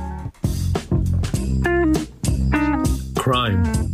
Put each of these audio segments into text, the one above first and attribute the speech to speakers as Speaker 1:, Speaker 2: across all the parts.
Speaker 1: crime,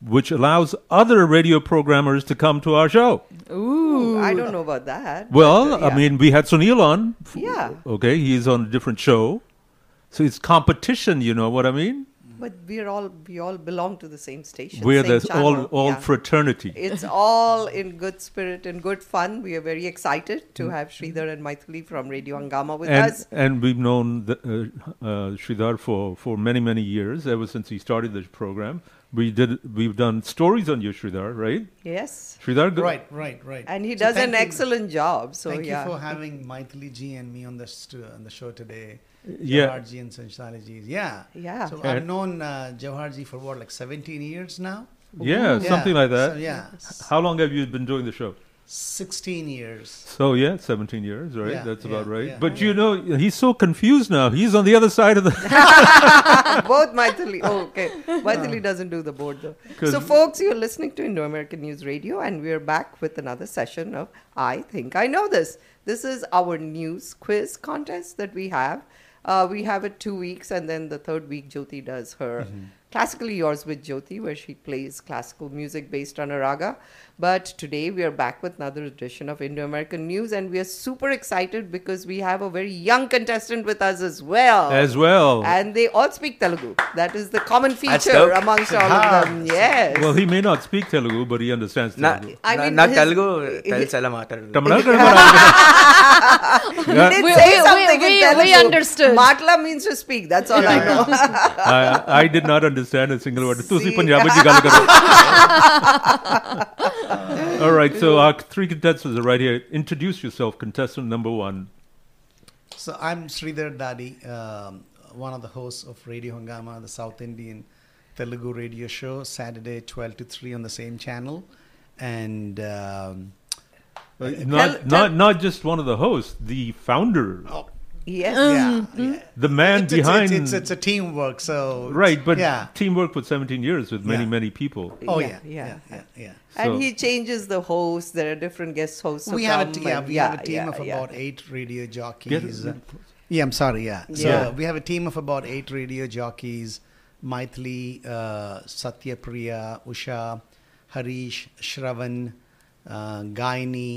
Speaker 2: which allows other radio programmers to come to our show.
Speaker 3: I don't know about that.
Speaker 2: Well,
Speaker 3: but, uh,
Speaker 2: I mean, we had Sunil on. f-
Speaker 3: Yeah.
Speaker 2: Okay, he's on a different show, so it's competition. You know what I mean?
Speaker 3: But we're all we all belong to the same station.
Speaker 2: We're
Speaker 3: same
Speaker 2: the all
Speaker 3: channel.
Speaker 2: all
Speaker 3: Yeah.
Speaker 2: fraternity.
Speaker 3: It's all in good spirit and good fun. We are very excited to have Sridhar and Maithili from Radio Angama with
Speaker 2: Mm. and,
Speaker 3: us.
Speaker 2: and we've known the, uh, uh, Sridhar for, for many, many years, ever since he started this program. We did, we've done stories on you, Sridhar, right?
Speaker 3: Yes.
Speaker 2: Sridhar, go-
Speaker 4: Right, right, right.
Speaker 3: And he
Speaker 4: So
Speaker 3: does an
Speaker 4: thank you-
Speaker 3: excellent job. So
Speaker 4: thank
Speaker 3: yeah.
Speaker 4: you for having Maithili ji and me on the st- on the show today.
Speaker 2: Yeah.
Speaker 4: Jawahar ji and Sanchali ji. Yeah.
Speaker 3: Yeah.
Speaker 4: So
Speaker 2: Yeah.
Speaker 4: I've known uh, Jawahar ji for what, like 17 years now?
Speaker 2: Yeah,
Speaker 4: Yeah.
Speaker 2: something like that.
Speaker 4: So, yeah.
Speaker 2: How long have you been doing the show?
Speaker 4: 16 years.
Speaker 2: So yeah, seventeen years, right?
Speaker 4: Yeah,
Speaker 2: That's about
Speaker 4: yeah,
Speaker 2: right.
Speaker 4: yeah.
Speaker 2: but you know, he's so confused now. He's on the other side of the.
Speaker 3: Both Maithili. Oh, okay. Maithili doesn't do the board though.
Speaker 2: 'Cause-
Speaker 3: So folks, you're listening to Indo American News Radio and we're back with another session of I Think I Know This. This is our news quiz contest that we have. Uh, we have it two weeks and then the third week Jyoti does her
Speaker 2: Mm-hmm.
Speaker 3: Classically Yours with Jyoti, where she plays classical music based on a raga. But today we are back with another edition of Indo American News, and we are super excited because we have a very young contestant with us as well.
Speaker 2: As well.
Speaker 3: And they all speak Telugu. That is the common feature
Speaker 5: dope.
Speaker 3: amongst all of them. Yes.
Speaker 2: Ah. well, he may not speak Telugu, but he understands
Speaker 5: నా
Speaker 2: Telugu.
Speaker 3: I
Speaker 5: నా-
Speaker 3: mean,
Speaker 5: నా
Speaker 3: his-
Speaker 5: Telugu
Speaker 3: his-
Speaker 5: తెలుసు ఎలా మాట్లాడుతుంది
Speaker 2: Tamil Nadu-
Speaker 3: He did
Speaker 6: We- we- we-
Speaker 3: say something in
Speaker 6: we-
Speaker 3: Telugu.
Speaker 6: we understood.
Speaker 3: Matla means to speak. That's all I know.
Speaker 2: I, I did not understand a single word. ਤੁਸੀਂ
Speaker 3: See.
Speaker 2: Punjabi ਚ ਗੱਲ ਕਰੋ। All right, so our three contestants are right here. Introduce yourself, contestant number one.
Speaker 4: So I'm Sridhar Dadi, um, one of the hosts of Radio Hangama, the South Indian Telugu radio show, Saturday 12 to 3 on the same channel. And. Um,
Speaker 2: Not,
Speaker 3: Uh, tell-
Speaker 2: not, not just one of the hosts, the founder,
Speaker 3: yes.
Speaker 6: Uh.
Speaker 4: yeah,
Speaker 3: Mm-hmm.
Speaker 4: yeah.
Speaker 2: the man
Speaker 4: It's- it's-
Speaker 2: behind.
Speaker 4: it's, it's, it's a teamwork. So it's-
Speaker 2: right, but
Speaker 4: yeah,
Speaker 2: teamwork for 17 years with many,
Speaker 4: Yeah.
Speaker 2: many people.
Speaker 4: oh
Speaker 3: Yeah,
Speaker 4: yeah, yeah,
Speaker 3: yeah,
Speaker 4: yeah, yeah.
Speaker 3: And
Speaker 2: So-
Speaker 3: he changes the host. There are different guest hosts. who
Speaker 4: We have a
Speaker 3: come
Speaker 4: t- yeah,
Speaker 3: and-
Speaker 4: we have a team
Speaker 3: yeah,
Speaker 4: of
Speaker 3: yeah.
Speaker 4: about eight radio jockeys.
Speaker 3: uh,
Speaker 2: Get-
Speaker 4: yeah, I'm sorry. Yeah, so
Speaker 3: Yeah.
Speaker 4: we have a team of about eight radio jockeys: Maithili, uh, Satyapriya, Usha, Harish, Shravan, uh, Gaini,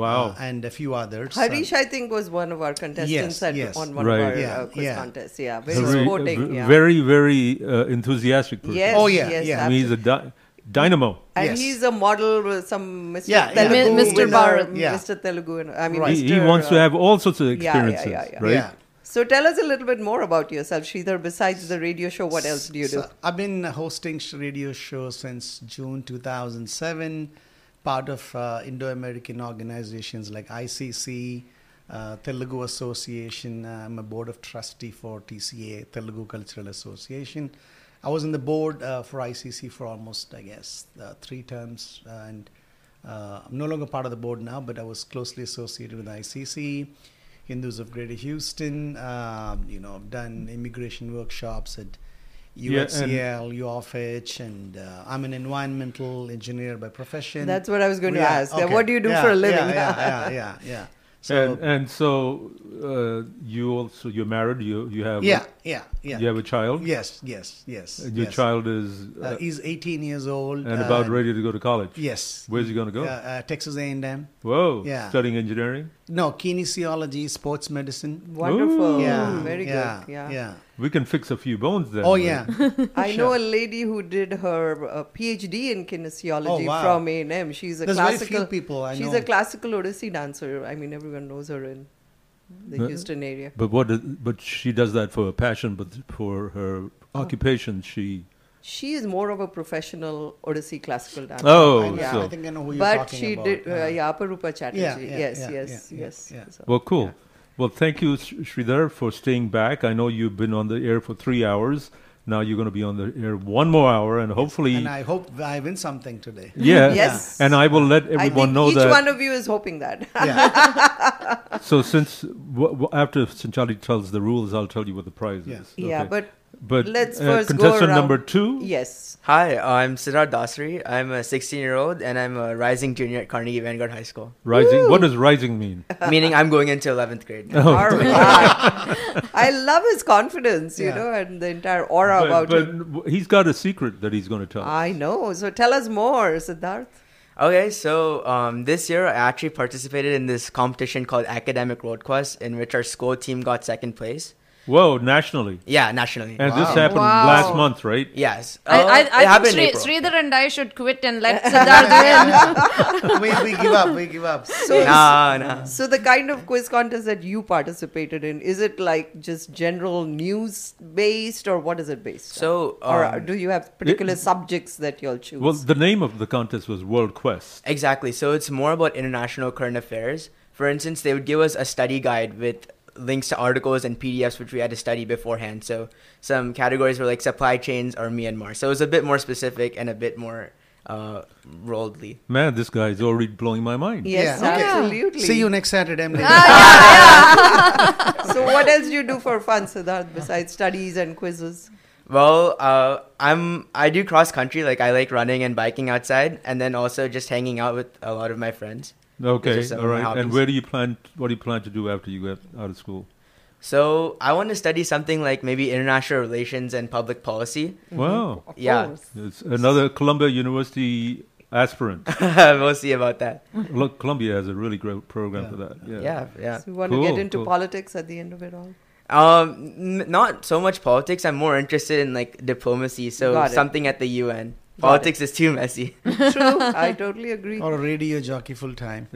Speaker 2: Wow.
Speaker 4: uh, and a few others. Uh,
Speaker 3: Harish, I think, was one of our contestants
Speaker 4: Yes,
Speaker 3: at,
Speaker 4: yes.
Speaker 3: on one
Speaker 2: Right.
Speaker 3: of our
Speaker 4: Yeah,
Speaker 3: uh, quiz
Speaker 4: yeah.
Speaker 3: contests. Yeah, very
Speaker 2: very,
Speaker 3: sporting.
Speaker 2: v-
Speaker 3: yeah.
Speaker 2: very, very uh, enthusiastic person.
Speaker 3: yes,
Speaker 4: Oh, yeah,
Speaker 3: yes,
Speaker 4: yeah.
Speaker 2: I mean, he's a dy- dynamo.
Speaker 3: And
Speaker 4: Yes.
Speaker 3: he's a model with some Mr.
Speaker 4: Yeah, yeah.
Speaker 3: Telugu,
Speaker 4: Mi- Mr.
Speaker 3: winner,
Speaker 4: Bharat, yeah.
Speaker 3: Mr. Telugu. and- I mean,
Speaker 2: He, he
Speaker 3: Mr.,
Speaker 2: wants to
Speaker 3: uh,
Speaker 2: have all sorts of
Speaker 3: yeah, yeah,
Speaker 2: experiences,
Speaker 3: yeah.
Speaker 2: right?
Speaker 4: Yeah.
Speaker 3: So tell us a little bit more about yourself, Sridhar. Besides the radio show, what else do you do?
Speaker 4: So I've been hosting sh- radio shows since June 2007, part of uh, Indo-American organizations like ICC, uh, Telugu Association. uh, I'm a board of trustee for TCA, Telugu Cultural Association. I was in the board uh, for ICC for almost, I guess, uh, three terms, uh, and uh, I'm no longer part of the board now, but I was closely associated with ICC, Hindus of Greater Houston. Um, you know, I've done immigration workshops at
Speaker 2: Yeah,
Speaker 4: USCL, UFH, and uh, I'm an environmental engineer by profession.
Speaker 3: That's what I was going to
Speaker 4: Yeah,
Speaker 3: ask. That
Speaker 4: okay.
Speaker 3: What do you do
Speaker 4: Yeah,
Speaker 3: for a living?
Speaker 4: Yeah, yeah, yeah, yeah. yeah. So
Speaker 2: and, and so uh, you also you're married. You you have
Speaker 4: yeah, yeah, yeah.
Speaker 2: you have a child.
Speaker 4: Yes, yes, yes.
Speaker 2: And your
Speaker 4: yes.
Speaker 2: child is uh,
Speaker 4: uh, is 18 years old
Speaker 2: and
Speaker 4: uh,
Speaker 2: about ready to go to college.
Speaker 4: Yes.
Speaker 2: Where's he going to go?
Speaker 4: Uh, uh, Texas A&M.
Speaker 2: Whoa!
Speaker 4: yeah.
Speaker 2: Studying engineering.
Speaker 4: No, kinesiology, sports medicine.
Speaker 3: Wonderful.
Speaker 4: yeah,
Speaker 3: Very
Speaker 4: yeah,
Speaker 3: good. Yeah.
Speaker 4: yeah.
Speaker 2: We can fix a few bones then.
Speaker 4: Oh
Speaker 2: right?
Speaker 4: yeah.
Speaker 3: I know a lady who did her uh, PhD in kinesiology
Speaker 4: Oh, wow.
Speaker 3: from A&M. She's a
Speaker 4: There's very few
Speaker 3: classical.
Speaker 4: people I
Speaker 3: she's
Speaker 4: know.
Speaker 3: a classical Odissi dancer. I mean, everyone knows her in the
Speaker 2: Huh?
Speaker 3: Houston area.
Speaker 2: But what? does- But she does that for a passion, but for her
Speaker 4: Oh.
Speaker 2: occupation, she.
Speaker 3: She is more of a professional Odissi classical dancer.
Speaker 4: I,
Speaker 2: Oh,
Speaker 4: know,
Speaker 3: yeah.
Speaker 2: so
Speaker 4: I think I know who you're
Speaker 3: but
Speaker 4: talking
Speaker 3: she
Speaker 4: about.
Speaker 3: did. Uh,
Speaker 4: Uh,
Speaker 3: yeah, Aparupa Chatterjee.
Speaker 4: Yeah, yeah,
Speaker 3: yes,
Speaker 4: yeah,
Speaker 3: yes,
Speaker 4: yeah,
Speaker 3: yes.
Speaker 4: yeah, yeah.
Speaker 3: So-
Speaker 2: Well, cool. Well, thank you, Sh- Sridhar, for staying back. I know you've been on the air for three hours. Now you're going to be on the air one more hour, and hopefully,
Speaker 4: and I hope I win something today.
Speaker 2: yeah.
Speaker 3: Yes.
Speaker 2: And I will let
Speaker 3: I
Speaker 2: everyone
Speaker 3: think
Speaker 2: know
Speaker 3: each
Speaker 2: that.
Speaker 3: one of you is hoping that.
Speaker 4: Yeah.
Speaker 2: so since w- w- after Sanchari tells the rules, I'll tell you what the prize
Speaker 4: Yeah.
Speaker 2: is.
Speaker 3: Yeah,
Speaker 2: okay?
Speaker 3: but
Speaker 2: but
Speaker 3: let's
Speaker 2: uh,
Speaker 3: first go
Speaker 2: contestant
Speaker 3: around-
Speaker 2: number two.
Speaker 3: yes.
Speaker 5: Hi, I'm Siddharth Dasri. I'm a 16 year old and I'm a rising junior at Carnegie Vanguard High School,
Speaker 2: Rising. What does rising mean?
Speaker 5: meaning I'm going into 11th grade.
Speaker 2: Oh.
Speaker 3: All right. I love his confidence, you
Speaker 4: Yeah.
Speaker 3: know, and the entire aura
Speaker 2: but,
Speaker 3: about
Speaker 2: but
Speaker 3: him.
Speaker 2: w- he's got a secret that he's going to tell.
Speaker 3: I know. So tell us more, Siddharth.
Speaker 5: Okay, so um, this year I actually participated in this competition called Academic Road Quest, in which our school team got second place.
Speaker 2: Whoa, nationally.
Speaker 5: Yeah, nationally.
Speaker 2: And this happened
Speaker 7: Wow.
Speaker 2: last month, right?
Speaker 5: yes,
Speaker 7: I,
Speaker 5: Uh,
Speaker 7: I,
Speaker 5: it
Speaker 7: I
Speaker 5: happened in
Speaker 7: think
Speaker 5: April.
Speaker 7: Sri, Sridhar and I should quit and let Siddharth win.
Speaker 4: we, we give up. We give up.
Speaker 3: So,
Speaker 5: Nah, nah.
Speaker 3: so the kind of quiz contest that you participated in, is it like just general news based or what is it based? on?
Speaker 5: So,
Speaker 3: or uh,
Speaker 5: um,
Speaker 3: do you have particular subjects that you'll choose?
Speaker 2: Well, the name of the contest was World Quest.
Speaker 5: Exactly. So it's more about international current affairs. For instance, they would give us a study guide with links to articles and PDFs which we had to study beforehand. So some categories were like supply chains or Myanmar. So it was a bit more specific and a bit more uh, worldly.
Speaker 2: Man, this guy is already blowing my mind.
Speaker 3: yes,
Speaker 4: Yeah, okay.
Speaker 3: absolutely.
Speaker 4: See you next Saturday. I'm
Speaker 3: So what else do you do for fun, Siddharth, besides studies and quizzes?
Speaker 5: Well, uh, I'm I do cross country. Like I like running and biking outside, and then also just hanging out with a lot of my friends.
Speaker 2: Okay,
Speaker 5: Just some
Speaker 2: all
Speaker 5: of my
Speaker 2: right. And
Speaker 5: hobbies.
Speaker 2: where do you plan? What do you plan to do after you get out of school?
Speaker 3: Mm-hmm.
Speaker 5: So I want to study something like maybe international relations and public policy.
Speaker 2: Wow,
Speaker 3: Of
Speaker 5: Yeah.
Speaker 3: course.
Speaker 2: it's another Columbia University aspirant.
Speaker 5: we'll see about that.
Speaker 2: Look, Columbia has a really great program for that. Yeah.
Speaker 5: Yeah, yeah.
Speaker 3: So you want
Speaker 2: Cool,
Speaker 3: to get into
Speaker 2: cool.
Speaker 3: politics at the end of it all?
Speaker 5: Um, n- not so much politics. I'm more interested in like diplomacy. So
Speaker 3: Got it.
Speaker 5: something at the UN. Politics is too messy.
Speaker 3: True, I totally agree.
Speaker 4: Or a radio jockey full time.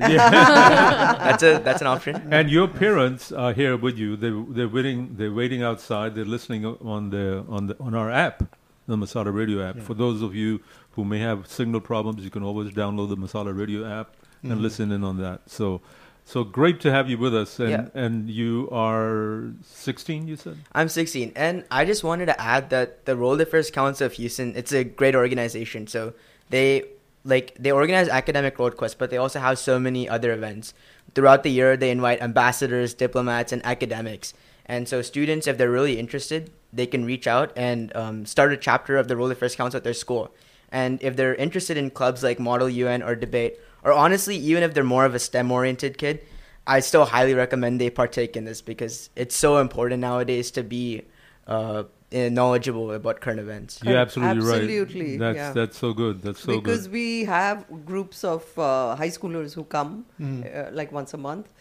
Speaker 5: that's a that's an option.
Speaker 2: And your parents are here with you. They they're waiting. They're waiting outside. They're listening on the on the on our app, the Masala Radio app. For those of you who may have signal problems, you can always download the Masala Radio app and listen in on that. So. So great to have you with us, and,
Speaker 5: Yeah.
Speaker 2: and you are 16, you said?
Speaker 5: I'm 16, and I just wanted to add that the World Affairs Council of Houston. It's a great organization. So they like they organize academic road quests, but they also have so many other events throughout the year. They invite ambassadors, diplomats, and academics. And so students, if they're really interested, they can reach out and um, start a chapter of the World Affairs Council at their school. And if they're interested in clubs like Model UN or Debate, or honestly, even if they're more of a STEM oriented kid, I still highly recommend they partake in this because it's so important nowadays to be uh, uh, knowledgeable about current events.
Speaker 2: You're absolutely, right.
Speaker 3: Absolutely,
Speaker 2: That's
Speaker 3: yeah.
Speaker 2: that's so good. That's so
Speaker 3: because
Speaker 2: good.
Speaker 3: we have groups of uh, high schoolers who come
Speaker 2: Mm.
Speaker 3: uh, like once a month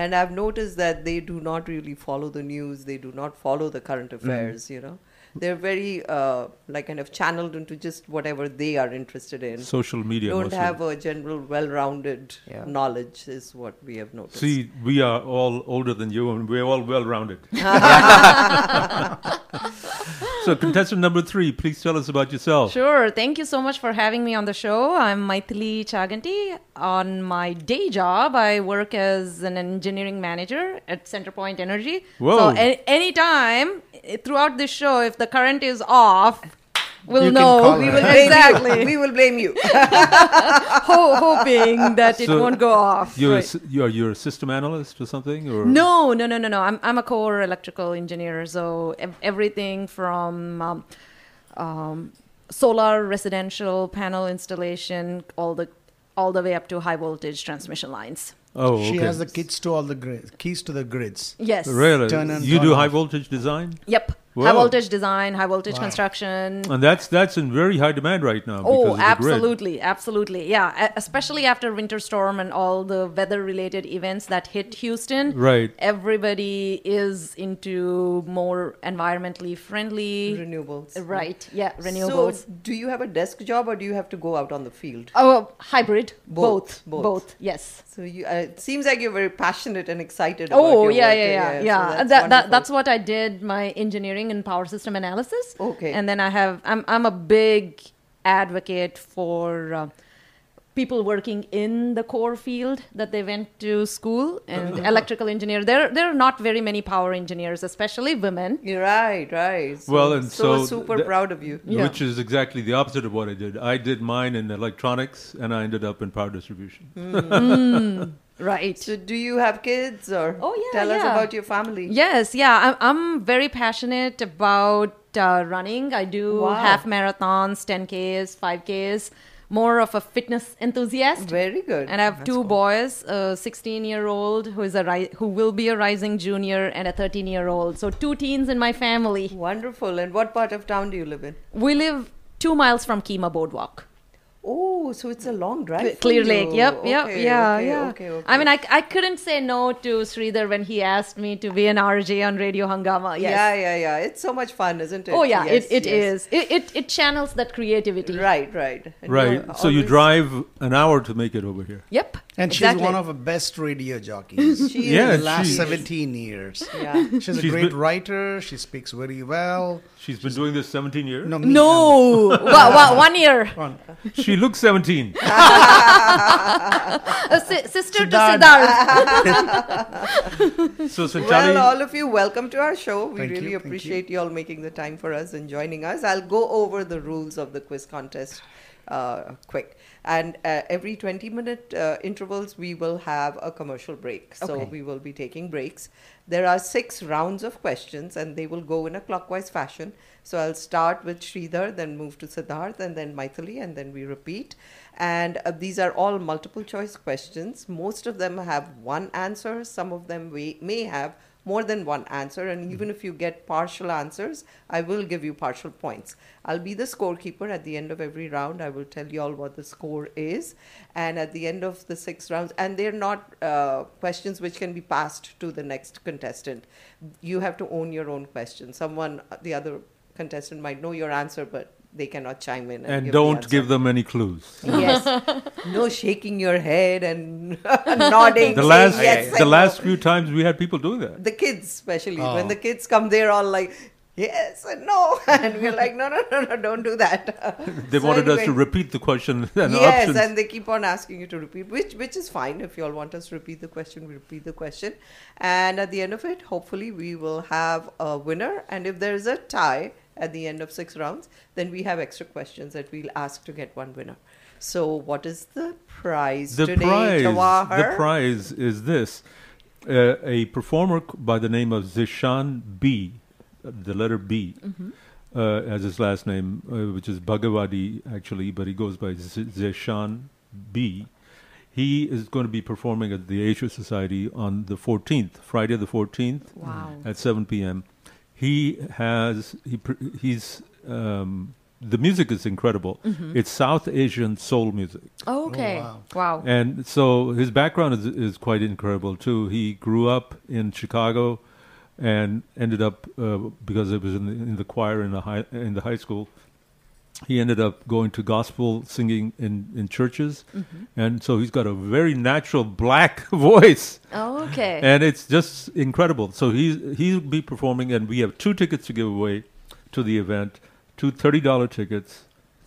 Speaker 3: and i've noticed that they do not really follow the news they do not follow the current
Speaker 2: Mm.
Speaker 3: affairs you know they're very uh, like kind of channeled into just whatever they are interested in
Speaker 2: Social media
Speaker 3: don't
Speaker 2: mostly.
Speaker 3: have a general well-rounded
Speaker 5: Yeah.
Speaker 3: knowledge is what we have noticed
Speaker 2: See, we are all older than you, and we're all well-rounded. so, contestant number three, please tell us about yourself.
Speaker 7: Sure. Thank you so much for having me on the show. I'm Maithili Chaganti. On my day job, I work as an engineering manager at Centerpoint Energy.
Speaker 2: Whoa.
Speaker 7: So a- anytime eh, throughout this show, if the current is off, we'll
Speaker 8: You can
Speaker 7: know.
Speaker 8: call
Speaker 7: We
Speaker 8: her.
Speaker 7: will
Speaker 8: Blame you.
Speaker 7: exactly.
Speaker 3: we will blame you.
Speaker 7: Ho- hoping that it
Speaker 2: So,
Speaker 7: won't go off.
Speaker 2: You're, a
Speaker 7: Right.
Speaker 2: s- you're you're a system analyst or something, or
Speaker 7: No, no, no, no, no. I'm I'm a core electrical engineer, so ev- everything from um, um, solar residential panel installation, all the all the way up to high voltage transmission lines.
Speaker 2: Oh,
Speaker 4: she
Speaker 2: okay.
Speaker 4: has the kids to all the grid, keys to the grids.
Speaker 7: Yes.
Speaker 2: Really,
Speaker 4: Turn and
Speaker 2: you
Speaker 4: turn
Speaker 2: do
Speaker 4: off.
Speaker 2: high voltage design,
Speaker 7: Yep.
Speaker 2: Whoa.
Speaker 7: High voltage design, high voltage
Speaker 4: Wow.
Speaker 7: construction.
Speaker 2: and that's that's in very high demand right now. because of
Speaker 7: Oh,
Speaker 2: the grid.
Speaker 7: absolutely, absolutely. Yeah, e- especially after winter storm and all the weather-related events that hit Houston.
Speaker 2: Right.
Speaker 7: Everybody is into more environmentally friendly
Speaker 3: renewables
Speaker 7: Right. Yeah,
Speaker 3: so
Speaker 7: renewables.
Speaker 3: do you have a desk job or do you have to go out on the field
Speaker 7: Oh, hybrid.
Speaker 3: Both,
Speaker 7: Both.
Speaker 3: both.
Speaker 7: Both. Yes.
Speaker 3: So you, uh, it seems like you're very passionate and excited. about
Speaker 7: Oh
Speaker 3: your
Speaker 7: yeah,
Speaker 3: work
Speaker 7: yeah, yeah, yeah.
Speaker 3: area, so
Speaker 7: that's
Speaker 3: that's
Speaker 7: that, that,
Speaker 3: wonderful.
Speaker 7: that's what I did. My engineering and power system analysis.
Speaker 3: Okay.
Speaker 7: And then I have. I'm I'm a big advocate for. Uh, People working in the core field that they went to school and electrical engineer. There, there are not very many power engineers, especially women.
Speaker 3: You're right, right. So,
Speaker 2: Well, and so
Speaker 3: super
Speaker 2: th-
Speaker 3: proud of you.
Speaker 2: Which is exactly the opposite of what I did. I did mine in electronics, and I ended up in power distribution.
Speaker 7: Right.
Speaker 3: So, do you have kids or?
Speaker 7: Oh, yeah,
Speaker 3: Tell us
Speaker 7: yeah.
Speaker 3: about your family.
Speaker 7: Yes, yeah, I'm, I'm very passionate about uh, running. I do
Speaker 3: Wow.
Speaker 7: half marathons, 10Ks, 5Ks, more of a fitness enthusiast.
Speaker 3: Very good.
Speaker 7: And I have two boys, a 16 year old who is a ri- who will be a rising junior and a 13 year old. So two teens in my family.
Speaker 3: Wonderful. And what part of town do you live in?
Speaker 7: We live 2 miles from Kima Boardwalk.
Speaker 3: Oh, so it's a long drive. for
Speaker 7: Clear
Speaker 3: you.
Speaker 7: Lake. Yep, yep,
Speaker 3: Okay,
Speaker 7: yeah,
Speaker 3: okay,
Speaker 7: yeah.
Speaker 3: Okay, okay.
Speaker 7: I mean, I, I couldn't say no to Sridhar when he asked me to be an RJ on Radio Hangama. Yes.
Speaker 3: Yeah, yeah, yeah. It's so much fun, isn't it?
Speaker 7: Oh yeah,
Speaker 3: Yes,
Speaker 7: it, it
Speaker 3: yes.
Speaker 7: is. It, it it channels that creativity.
Speaker 3: Right, right. And
Speaker 2: Right.
Speaker 3: you're
Speaker 2: so you
Speaker 3: always-
Speaker 2: drive an hour to make it over here.
Speaker 7: Yep.
Speaker 4: And
Speaker 7: exactly.
Speaker 4: she's one of the best radio jockeys
Speaker 3: She
Speaker 2: Yeah,
Speaker 4: in
Speaker 3: is-
Speaker 4: the last
Speaker 2: she is.
Speaker 4: 17 years.
Speaker 3: Yeah.
Speaker 4: She's a
Speaker 2: She's
Speaker 4: great
Speaker 2: been-
Speaker 4: writer. She speaks very well.
Speaker 2: She's been doing this 17 years.
Speaker 4: No, me, um,
Speaker 7: No. wow, wow, one year.
Speaker 2: She looks 17.
Speaker 7: A si- sister to
Speaker 4: Siddharth.
Speaker 7: Siddharth.
Speaker 2: So Sanchari,
Speaker 3: Well, all of you, welcome to our show. We
Speaker 4: Thank you,
Speaker 3: really
Speaker 4: thank
Speaker 3: appreciate you. all making the time for us and joining us. I'll go over the rules of the quiz contest uh, quick. And uh, every 20 minute uh, intervals, we will have a commercial break. So we will be taking breaks. There are six rounds of questions, and they will go in a clockwise fashion. So I'll start with Sridhar, then move to Siddharth, and then Maithili, and then we repeat. And uh, these are all multiple choice questions. Most of them have one answer, some of them we may have more than one answer.
Speaker 2: Hmm.
Speaker 3: And even if you get partial answers, I will give you partial points. I'll be the scorekeeper at the end of every round. I will tell you all what the score is. And at the end of the six rounds, and they're not uh, questions which can be passed to the next contestant. You have to own your own question. Someone, the other contestant might know your answer, but they cannot chime in.
Speaker 2: and
Speaker 3: give the
Speaker 2: don't
Speaker 3: answer.
Speaker 2: give them any clues.
Speaker 3: Yes. no shaking your head and nodding.
Speaker 2: The
Speaker 3: saying
Speaker 2: last,
Speaker 3: yes and
Speaker 2: the
Speaker 3: no.
Speaker 2: last few times we had people doing that.
Speaker 3: The kids, especially.
Speaker 2: Oh.
Speaker 3: When the kids come, they're all like, yes and no. And we're like, no, no, no, no, don't do that.
Speaker 2: They
Speaker 3: So
Speaker 2: wanted us to
Speaker 3: anyway-
Speaker 2: repeat the question and
Speaker 3: yes,
Speaker 2: options.
Speaker 3: and they keep on asking you to repeat, which which is fine. If you all want us to repeat the question, we repeat the question. And at the end of it, hopefully, we will have a winner. And if there is a tie at the end of six rounds, then we have extra questions that we'll ask to get one winner. So, what is the prize
Speaker 2: the
Speaker 3: today,
Speaker 2: prize, the
Speaker 3: Jawahar?
Speaker 2: prize is this: uh, a performer c- by the name of Zishan B, uh, the letter B, uh, as his last name, uh, which is Bhagavadi actually, but he goes by Z- Zishan B. He is going to be performing at the Asia Society on the 14th, Friday the 14th,
Speaker 7: Wow.
Speaker 2: at 7 p.m. He has he pr- he's um, the music is incredible.
Speaker 7: Mhm.
Speaker 2: It's South Asian soul music.
Speaker 7: Oh, okay. wow.
Speaker 2: And so his background is is quite incredible too. He grew up in Chicago, and ended up uh, because it was in the, in the choir in the high in the high school. He ended up going to gospel singing in in churches,
Speaker 7: Mhm.
Speaker 2: and so he's got a very natural black voice.
Speaker 7: Oh, okay.
Speaker 2: And it's just incredible. So he's he'll be performing, and we have two tickets to give away to the event, two thirty dollar tickets,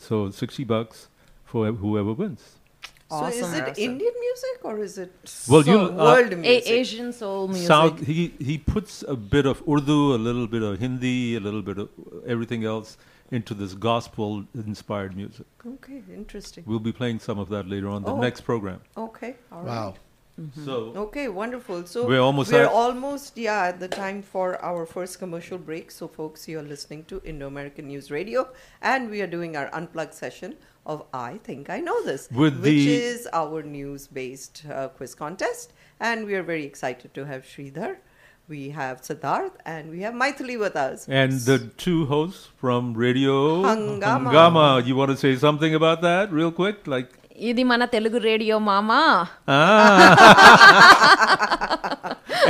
Speaker 2: so sixty bucks for whoever wins.
Speaker 3: so is
Speaker 7: Awesome,
Speaker 3: it
Speaker 7: awesome.
Speaker 3: Indian music or is it
Speaker 2: Well, you,
Speaker 3: soul-
Speaker 2: uh,
Speaker 3: world
Speaker 7: A-
Speaker 3: music?
Speaker 7: Asian soul music.
Speaker 2: South, he he puts a bit of Urdu, a little bit of Hindi, a little bit of everything else into this gospel-inspired music.
Speaker 3: Okay, interesting.
Speaker 2: We'll be playing some of that later on the
Speaker 3: Oh. Mm-hmm.
Speaker 2: next program.
Speaker 3: Okay. All right.
Speaker 2: Wow. So-
Speaker 3: okay, wonderful. So
Speaker 2: We're almost
Speaker 3: we're
Speaker 2: at-
Speaker 3: almost yeah at the time for our first commercial break. So folks, you're listening to Indo-American News Radio, and we are doing our unplugged session of I Think I Know This,
Speaker 2: With
Speaker 3: which
Speaker 2: the-
Speaker 3: is our news-based uh, quiz contest, and we are very excited to have Sridhar, we have Siddharth, and we have Maithili with us.
Speaker 2: And the two hosts from Radio
Speaker 3: Hungama.
Speaker 2: Hungama. You want to say something about that, real quick? Like
Speaker 7: ఇది మన Telugu radio మామా
Speaker 2: ah,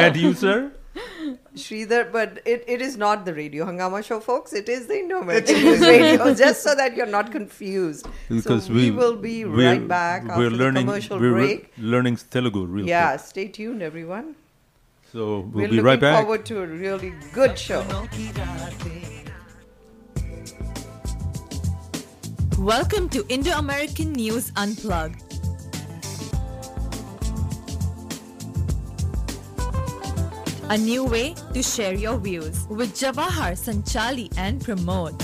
Speaker 2: and you, sir?
Speaker 3: Sridhar, but it, it is not the Radio Hangama show, folks. It is the Indo American News Radio, just so that you're not confused.
Speaker 2: Because
Speaker 3: so we, will be
Speaker 2: we're-
Speaker 3: right back after
Speaker 2: we're learning,
Speaker 3: the commercial
Speaker 2: we're re-
Speaker 3: break.
Speaker 2: learning Telugu, real
Speaker 3: yeah,
Speaker 2: quick.
Speaker 3: stay tuned, everyone.
Speaker 2: So we'll
Speaker 3: We're
Speaker 2: be right
Speaker 3: looking
Speaker 2: back.
Speaker 3: forward to a really good show.
Speaker 9: Welcome to Indo American News Unplugged. A new way to share your views with Jawahar Sanchali and Pramod.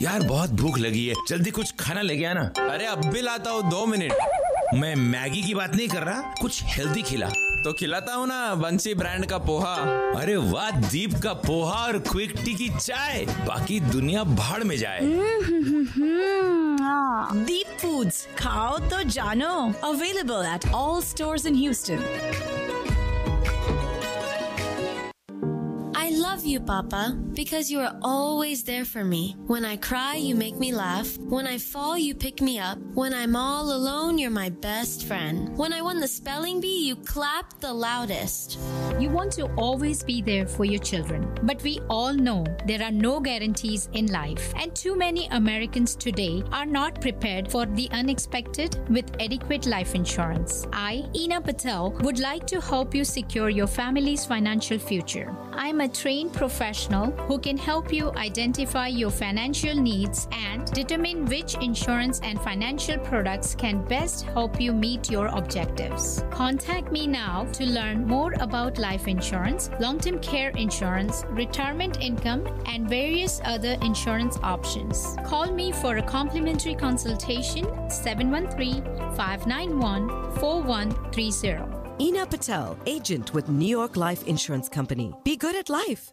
Speaker 10: यार बहुत भूख लगी है जल्दी कुछ खाना ले गया ना अरे अब भी लाता हूँ दो मिनट मैं मैगी की बात नहीं कर रहा कुछ हेल्दी खिला तो खिलाता हूँ ना बंसी ब्रांड का पोहा अरे वाह दीप का पोहा और क्विक टी की चाय बाकी दुनिया भाड़ में जाए
Speaker 6: Deep Foods, Khao To Jano. Available at all stores in Houston.
Speaker 8: I love you, Papa, because you are always there for me. When I cry, you make me laugh. When I fall, you pick me up. When I'm all alone, you're my best friend. When I won the spelling bee, you clapped the loudest.
Speaker 11: You want to always be there for your children. But we all know there are no guarantees in life. And too many Americans today are not prepared for the unexpected with adequate life insurance. I, Ina Patel, would like to help you secure your family's financial future. I'm a trained professional who can help you identify your financial needs and determine which insurance and financial products can best help you meet your objectives. Contact me now to learn more about life insurance, long term care insurance, retirement income, and various other insurance options. Call me for a complimentary consultation 713 591 4130.
Speaker 12: Ina Patel, agent with New York Life Insurance Company. Be good at life.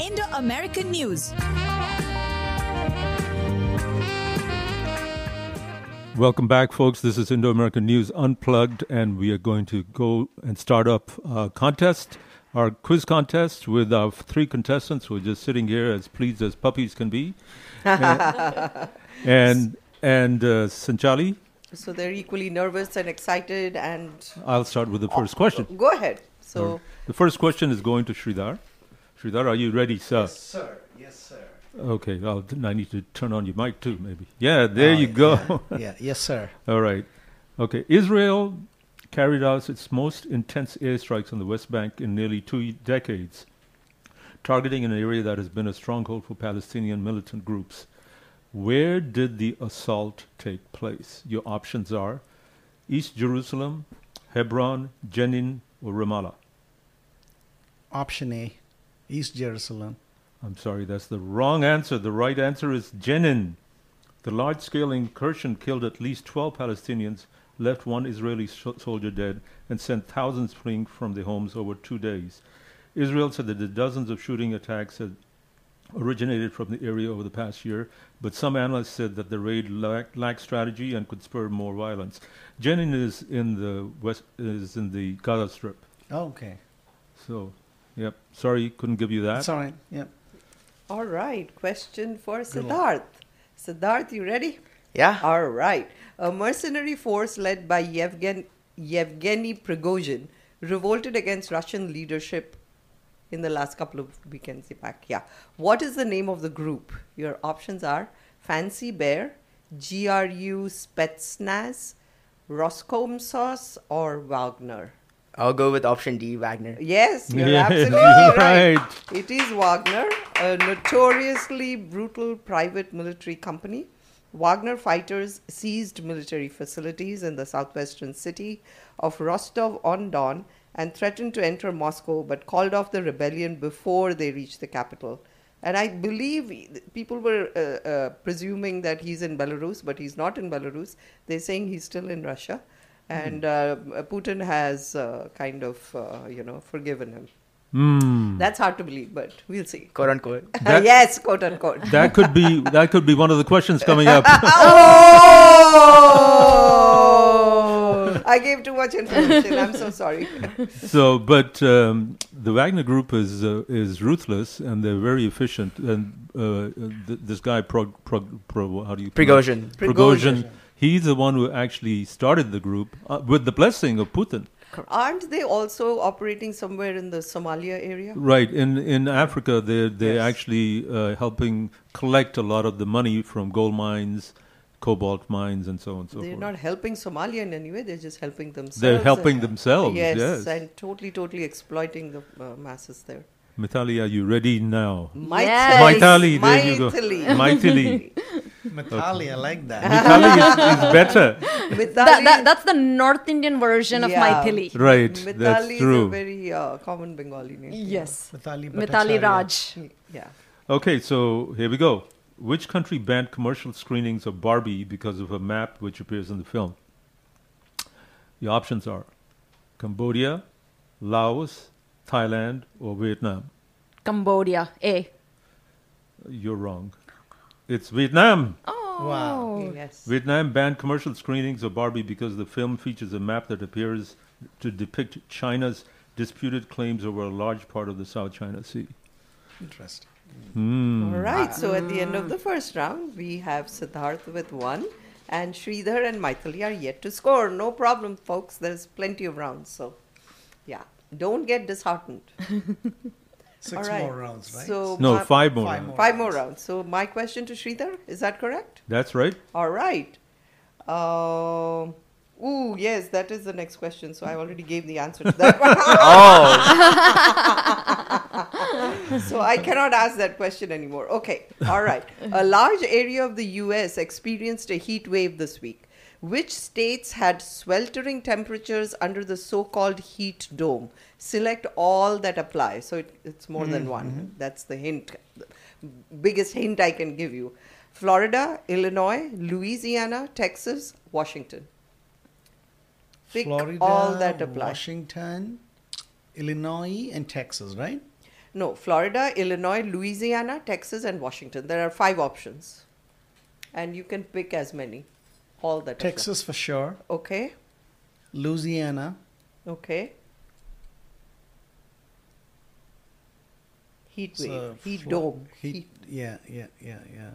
Speaker 6: Indo American News.
Speaker 2: Welcome back, folks. This is Indo American News Unplugged, and we are going to go and start up a contest, our quiz contest, with our three contestants who are just sitting here as pleased as puppies can be. and and, and uh, Sanchali,
Speaker 3: So they're equally nervous and excited, and
Speaker 2: I'll start with the first question.
Speaker 3: go ahead. So
Speaker 2: The first question is going to Sridhar. Sridhar, are you ready, sir? Yes,
Speaker 4: sir. Yes, sir.
Speaker 2: Okay, well, then I need to turn on your mic too, maybe. Yeah, there you go.
Speaker 4: Ah, yeah, yeah. Yes, sir.
Speaker 2: All right. Okay, Israel carried out its most intense airstrikes on the West Bank in nearly two decades targeting an area that has been a stronghold for Palestinian militant groups. Where did the assault take place? Your options are East Jerusalem, Hebron, Jenin, or Ramallah.
Speaker 4: Option A, East Jerusalem.
Speaker 2: I'm sorry, that's the wrong answer. The right answer is Jenin. The large scale incursion killed at least 12 Palestinians, left one Israeli so- soldier dead, and sent thousands fleeing from their homes over two days. Israel said that the dozens of shooting attacks had originated from the area over the past year, but some analysts said that the raid lacked lacked strategy and could spur more violence. Jenin is in the west is in the Gaza Strip.
Speaker 4: Okay.
Speaker 2: So, yep. Sorry, couldn't give you that.
Speaker 4: That's all right. Yep.
Speaker 3: All right. Question for
Speaker 2: Good
Speaker 3: Siddharth. Siddharth, you ready?
Speaker 5: Yeah.
Speaker 3: All right. A mercenary force led by Yevgen, Yevgeny Prigozhin revolted against Russian leadership in the last couple of weekends back. Yeah. What is the name of the group? Your options are Fancy Bear, GRU Spetsnaz, Roskomsos, or Wagner.
Speaker 5: I'll go with option D, Wagner.
Speaker 3: Yes, you're
Speaker 5: Yeah,
Speaker 3: absolutely
Speaker 5: you're
Speaker 3: right.
Speaker 5: right.
Speaker 3: It is Wagner, a notoriously brutal private military company. Wagner fighters seized military facilities in the southwestern city of Rostov on Don and threatened to enter Moscow but called off the rebellion before they reached the capital. And I believe he- th- people were uh, uh, presuming that he's in Belarus, but he's not in Belarus. They're saying he's still in Russia. And uh, Putin has uh, kind of, uh, you know, forgiven him.
Speaker 2: Hmm.
Speaker 3: That's hard to believe, but we'll see. Uh,
Speaker 5: Quote unquote.
Speaker 2: That-
Speaker 3: yes, quote unquote.
Speaker 2: That could be that could be one of the questions coming up.
Speaker 3: oh! I gave too much information. I'm so sorry.
Speaker 2: so, but um, the Wagner Group is uh, is ruthless and they're very efficient. And uh, th- this guy, Prog, Prog, Pro, how do you pronounce-
Speaker 5: Prigozhin.
Speaker 2: Prigozhin, he's the one who actually started the group uh, with the blessing of Putin.
Speaker 3: Aren't they also operating somewhere in the Somalia area?
Speaker 2: Right in in Africa, they they are actually uh, helping collect a lot of the money from gold mines, cobalt mines, and so on and so
Speaker 3: they're
Speaker 2: forth.
Speaker 3: not helping Somalia in any way. They're just helping themselves.
Speaker 2: helping themselves,
Speaker 3: Yes,
Speaker 2: yes.
Speaker 3: and totally, totally exploiting the uh, masses there.
Speaker 2: Mithali, are you ready now?
Speaker 3: Yes.
Speaker 2: Mithali, there you go.
Speaker 3: Mithali.
Speaker 2: Mithali.
Speaker 4: Mithali, I like that.
Speaker 3: Uh-huh.
Speaker 2: Mithali is, is better.
Speaker 7: That- that- that's the North Indian version of
Speaker 3: Yeah.
Speaker 7: Maithili.
Speaker 2: Right, that's
Speaker 3: Mithali is
Speaker 2: true.
Speaker 3: a very uh, common Bengali name.
Speaker 7: Yes. Oh.
Speaker 4: Mithali
Speaker 7: Mithali Raj.
Speaker 3: Yeah.
Speaker 2: Okay, so here we go. Which country banned commercial screenings of Barbie because of a map which appears in the film? The options are Cambodia, Laos, Thailand, or Vietnam.
Speaker 7: Cambodia. A.
Speaker 2: You're wrong. It's Vietnam.
Speaker 7: Wow.
Speaker 3: Yes.
Speaker 2: Vietnam banned commercial screenings of Barbie because the film features a map that appears to depict China's disputed claims over a large part of the South China Sea.
Speaker 3: Oh.
Speaker 4: Interesting.
Speaker 2: Hmm. Ah.
Speaker 3: All right. So at the end of the first round, we have Siddharth with one, and Sridhar and Maithili are yet to score. No problem, folks. There's plenty of rounds. So, yeah, don't get disheartened.
Speaker 4: Six
Speaker 3: All right.
Speaker 4: more rounds, right?
Speaker 3: So
Speaker 2: No,
Speaker 3: my-
Speaker 2: five more Five rounds. more
Speaker 3: Five more rounds. So my question to Sridhar is that correct?
Speaker 2: That's right.
Speaker 3: All right. Um, ooh, yes, that is the next question. So I already gave the answer to that one.
Speaker 7: Oh.
Speaker 3: so I cannot ask that question anymore. Okay. All right. A large area of the U.S. experienced a heat wave this week. Which states had sweltering temperatures under the so called heat dome? Select all that apply. So it, it's more than one.
Speaker 4: Mhm.
Speaker 3: That's the hint, the biggest hint I can give you. Florida, Illinois, Louisiana, Texas, Washington. Pick
Speaker 4: Florida,
Speaker 3: all that apply.
Speaker 4: Washington, Illinois, and Texas, right?
Speaker 3: No, Florida, Illinois, Louisiana, Texas, and Washington. There are five options. And you can pick as many. All that. apply.
Speaker 4: Texas for sure.
Speaker 3: Okay,
Speaker 4: Louisiana.
Speaker 3: okay. Heat wave,
Speaker 4: so
Speaker 3: heat
Speaker 4: Flo-
Speaker 3: dome.
Speaker 4: Heat, Yeah, yeah, yeah, yeah.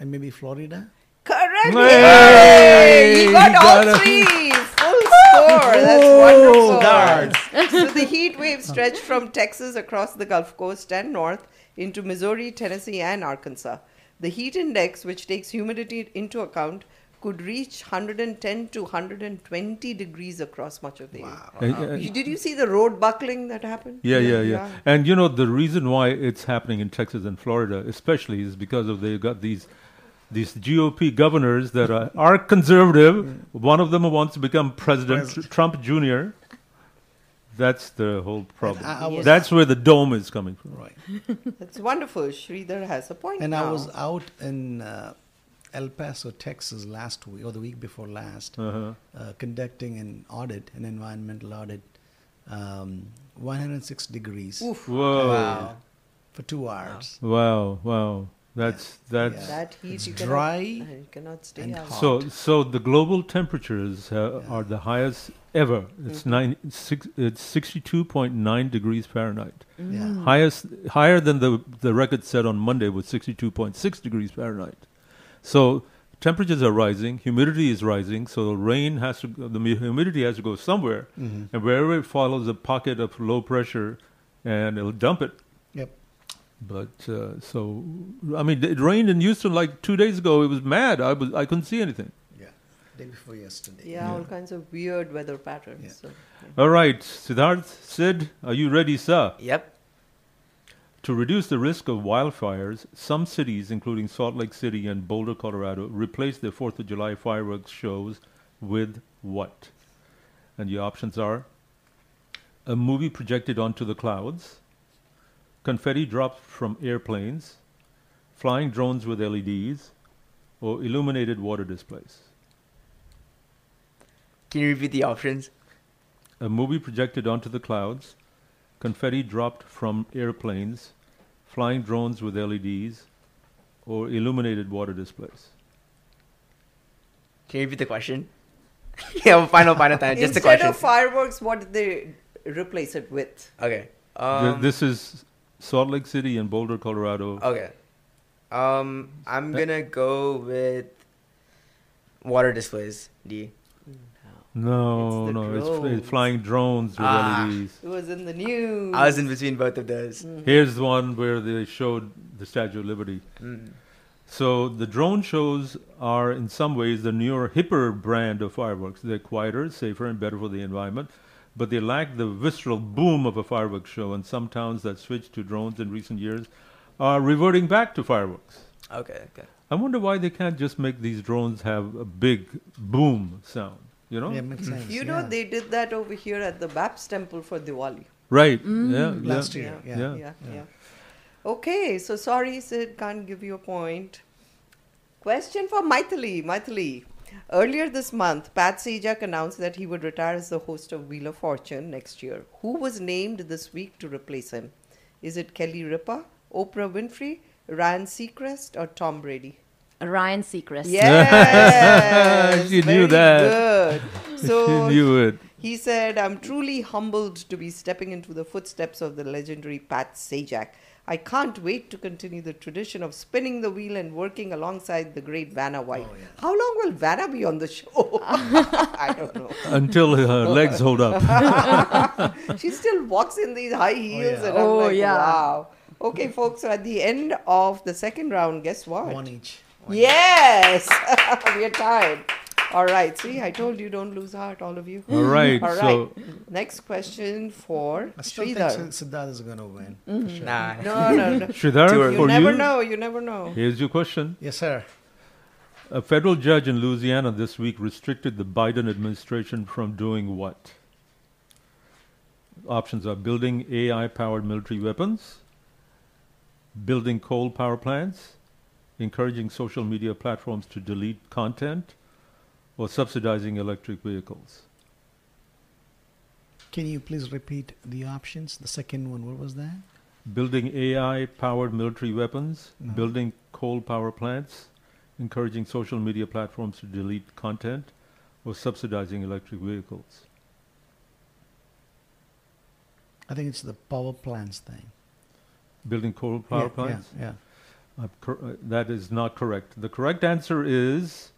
Speaker 4: And maybe Florida.
Speaker 3: Correct!
Speaker 4: Yay!
Speaker 3: Yay! You
Speaker 4: He
Speaker 3: got all
Speaker 4: got a-
Speaker 3: three! Full score! That's
Speaker 4: Full
Speaker 3: wonderful!
Speaker 4: guards.
Speaker 3: So the heat wave stretched from Texas across the Gulf Coast and north into Missouri, Tennessee, and Arkansas. The heat index, which takes humidity into account, could reach 110 to 120 degrees across much of the area.
Speaker 2: And- and-
Speaker 3: You- Did you see the road buckling that happened?
Speaker 2: Yeah, yeah, yeah, And you know the reason why it's happening in Texas and Florida, especially, is because of they've got these these GOP governors that are, are conservative. One of them wants to become president, Trump Jr. That's the whole problem.
Speaker 3: I- I was-
Speaker 2: That's where the dome is coming from.
Speaker 4: Right.
Speaker 3: That's wonderful. Sridhar has a point.
Speaker 4: And
Speaker 3: now.
Speaker 4: I was out in uh, El Paso, Texas last week or the week before last,
Speaker 2: Uh-huh.
Speaker 4: uh, conducting an audit, an environmental audit, um, 106 degrees.
Speaker 3: Oof.
Speaker 2: Whoa.
Speaker 4: Wow. For two hours.
Speaker 2: Wow, wow. That's that's
Speaker 3: That heat you
Speaker 4: dry
Speaker 3: cannot, you cannot stay out.
Speaker 2: So, so the global temperatures uh, are the highest ever. It's
Speaker 3: Mhm.
Speaker 2: nine, six, it's sixty-two point nine degrees Fahrenheit.
Speaker 3: Yeah.
Speaker 4: Hmm.
Speaker 3: Mm.
Speaker 2: Highest, higher than the the record set on Monday was sixty-two point six degrees Fahrenheit. So temperatures are rising, humidity is rising. So rain has to, the humidity has to go somewhere,
Speaker 4: Mhm.
Speaker 2: and wherever it follows a pocket of low pressure, and it'll dump it.
Speaker 4: Yep.
Speaker 2: But uh, so, I mean, it rained in Houston like two days ago. It was mad. I was I couldn't see anything.
Speaker 4: Day before yesterday.
Speaker 3: Yeah, all kinds of weird weather patterns. So, yeah.
Speaker 2: All right, Siddharth, Sid, are you ready, sir?
Speaker 5: Yep.
Speaker 2: To reduce the risk of wildfires, some cities, including Salt Lake City and Boulder, Colorado, replaced their Fourth of July fireworks shows with what? And your options are a movie projected onto the clouds, confetti dropped from airplanes, flying drones with LEDs, or illuminated water displays.
Speaker 5: Can you repeat the options?
Speaker 2: A movie projected onto the clouds, confetti dropped from airplanes, flying drones with LEDs, or illuminated water displays.
Speaker 5: Can you repeat the question? yeah, final, final time. Just the
Speaker 3: Instead
Speaker 5: question.
Speaker 3: of fireworks, what did they replace it with?
Speaker 5: okay.
Speaker 2: Th-
Speaker 5: Um, Oh,
Speaker 2: this is Salt Lake City and Boulder, Colorado.
Speaker 5: Okay. Um, I'm gonna go with water displays. D.
Speaker 2: No,
Speaker 5: It's the
Speaker 2: no, it's, fl-
Speaker 5: drones.
Speaker 2: it's flying drones with E
Speaker 5: Ah.
Speaker 2: LEDs.
Speaker 3: It was in the news.
Speaker 5: I was in between both of those.
Speaker 3: Mm.
Speaker 2: Here's the one where they showed the Statue of Liberty.
Speaker 5: Mm.
Speaker 2: So the drone shows are in some ways the newer, hipper brand of fireworks. They're quieter, safer, and better for the environment, but they lack the visceral boom of a fireworks show. And some towns that switched to drones in recent years are reverting back to fireworks.
Speaker 5: Okay. Okay.
Speaker 2: I wonder why they can't just make these drones have a big boom sound. You know,
Speaker 4: Yeah, makes sense.
Speaker 3: You know, they did that over here at the Babs temple for Diwali.
Speaker 2: right? Yeah,
Speaker 4: Last
Speaker 2: yeah,
Speaker 4: year,
Speaker 3: Yeah, yeah, yeah. Okay, so sorry, Sid, can't give you a point. Question for Maithili. Maithili, earlier this month, Pat Sajak announced that he would retire as the host of Wheel of Fortune next year. Who was named this week to replace him? Is it Kelly Ripa, Oprah Winfrey, Ryan Seacrest, or Tom Brady?
Speaker 7: Ryan Seacrest.
Speaker 3: Yes,
Speaker 2: She
Speaker 3: very
Speaker 2: knew that.
Speaker 3: Good.
Speaker 2: She
Speaker 3: So
Speaker 2: knew it.
Speaker 3: He said, "I'm truly humbled to be stepping into the footsteps of the legendary Pat Sajak. I can't wait to continue the tradition of spinning the wheel and working alongside the great Vanna White.
Speaker 7: Oh,
Speaker 3: How long will Vanna be on the show? I don't know.
Speaker 2: Until her legs hold up.
Speaker 3: she still walks in these high heels,
Speaker 7: yeah.
Speaker 3: and I'm
Speaker 7: Oh,
Speaker 3: like,
Speaker 7: yeah.
Speaker 3: wow. Okay, folks. So at the end of the second round, guess what?
Speaker 4: One each.
Speaker 3: Yes, we are tired. All right. See, I told you don't lose heart, all of you.
Speaker 2: All right,
Speaker 3: All right.
Speaker 2: so-
Speaker 3: Next question for
Speaker 4: I still think
Speaker 3: Sridhar.
Speaker 4: Sid- Siddharth is going to win.
Speaker 3: Mhm.
Speaker 4: For sure.
Speaker 5: Nah.
Speaker 3: No, no, no.
Speaker 2: Sridhar,
Speaker 3: you
Speaker 2: for
Speaker 3: never
Speaker 2: you?
Speaker 3: know. You never know.
Speaker 2: Here's your question.
Speaker 4: Yes, sir.
Speaker 2: A federal judge in Louisiana this week restricted the Biden administration from doing what? Options are building AI powered military weapons, building coal power plants, encouraging social media platforms to delete content, or subsidizing electric vehicles.
Speaker 4: Can you please repeat the options? The second one, what was that?
Speaker 2: Building AI powered military weapons,
Speaker 4: No.
Speaker 2: building coal power plants, encouraging social media platforms to delete content, or subsidizing electric vehicles.
Speaker 4: I think it's the power plants thing.
Speaker 2: building coal power
Speaker 4: Yeah, yeah,
Speaker 2: plants?
Speaker 4: yeah.
Speaker 2: Uh, cor- uh, that is not correct. The correct answer is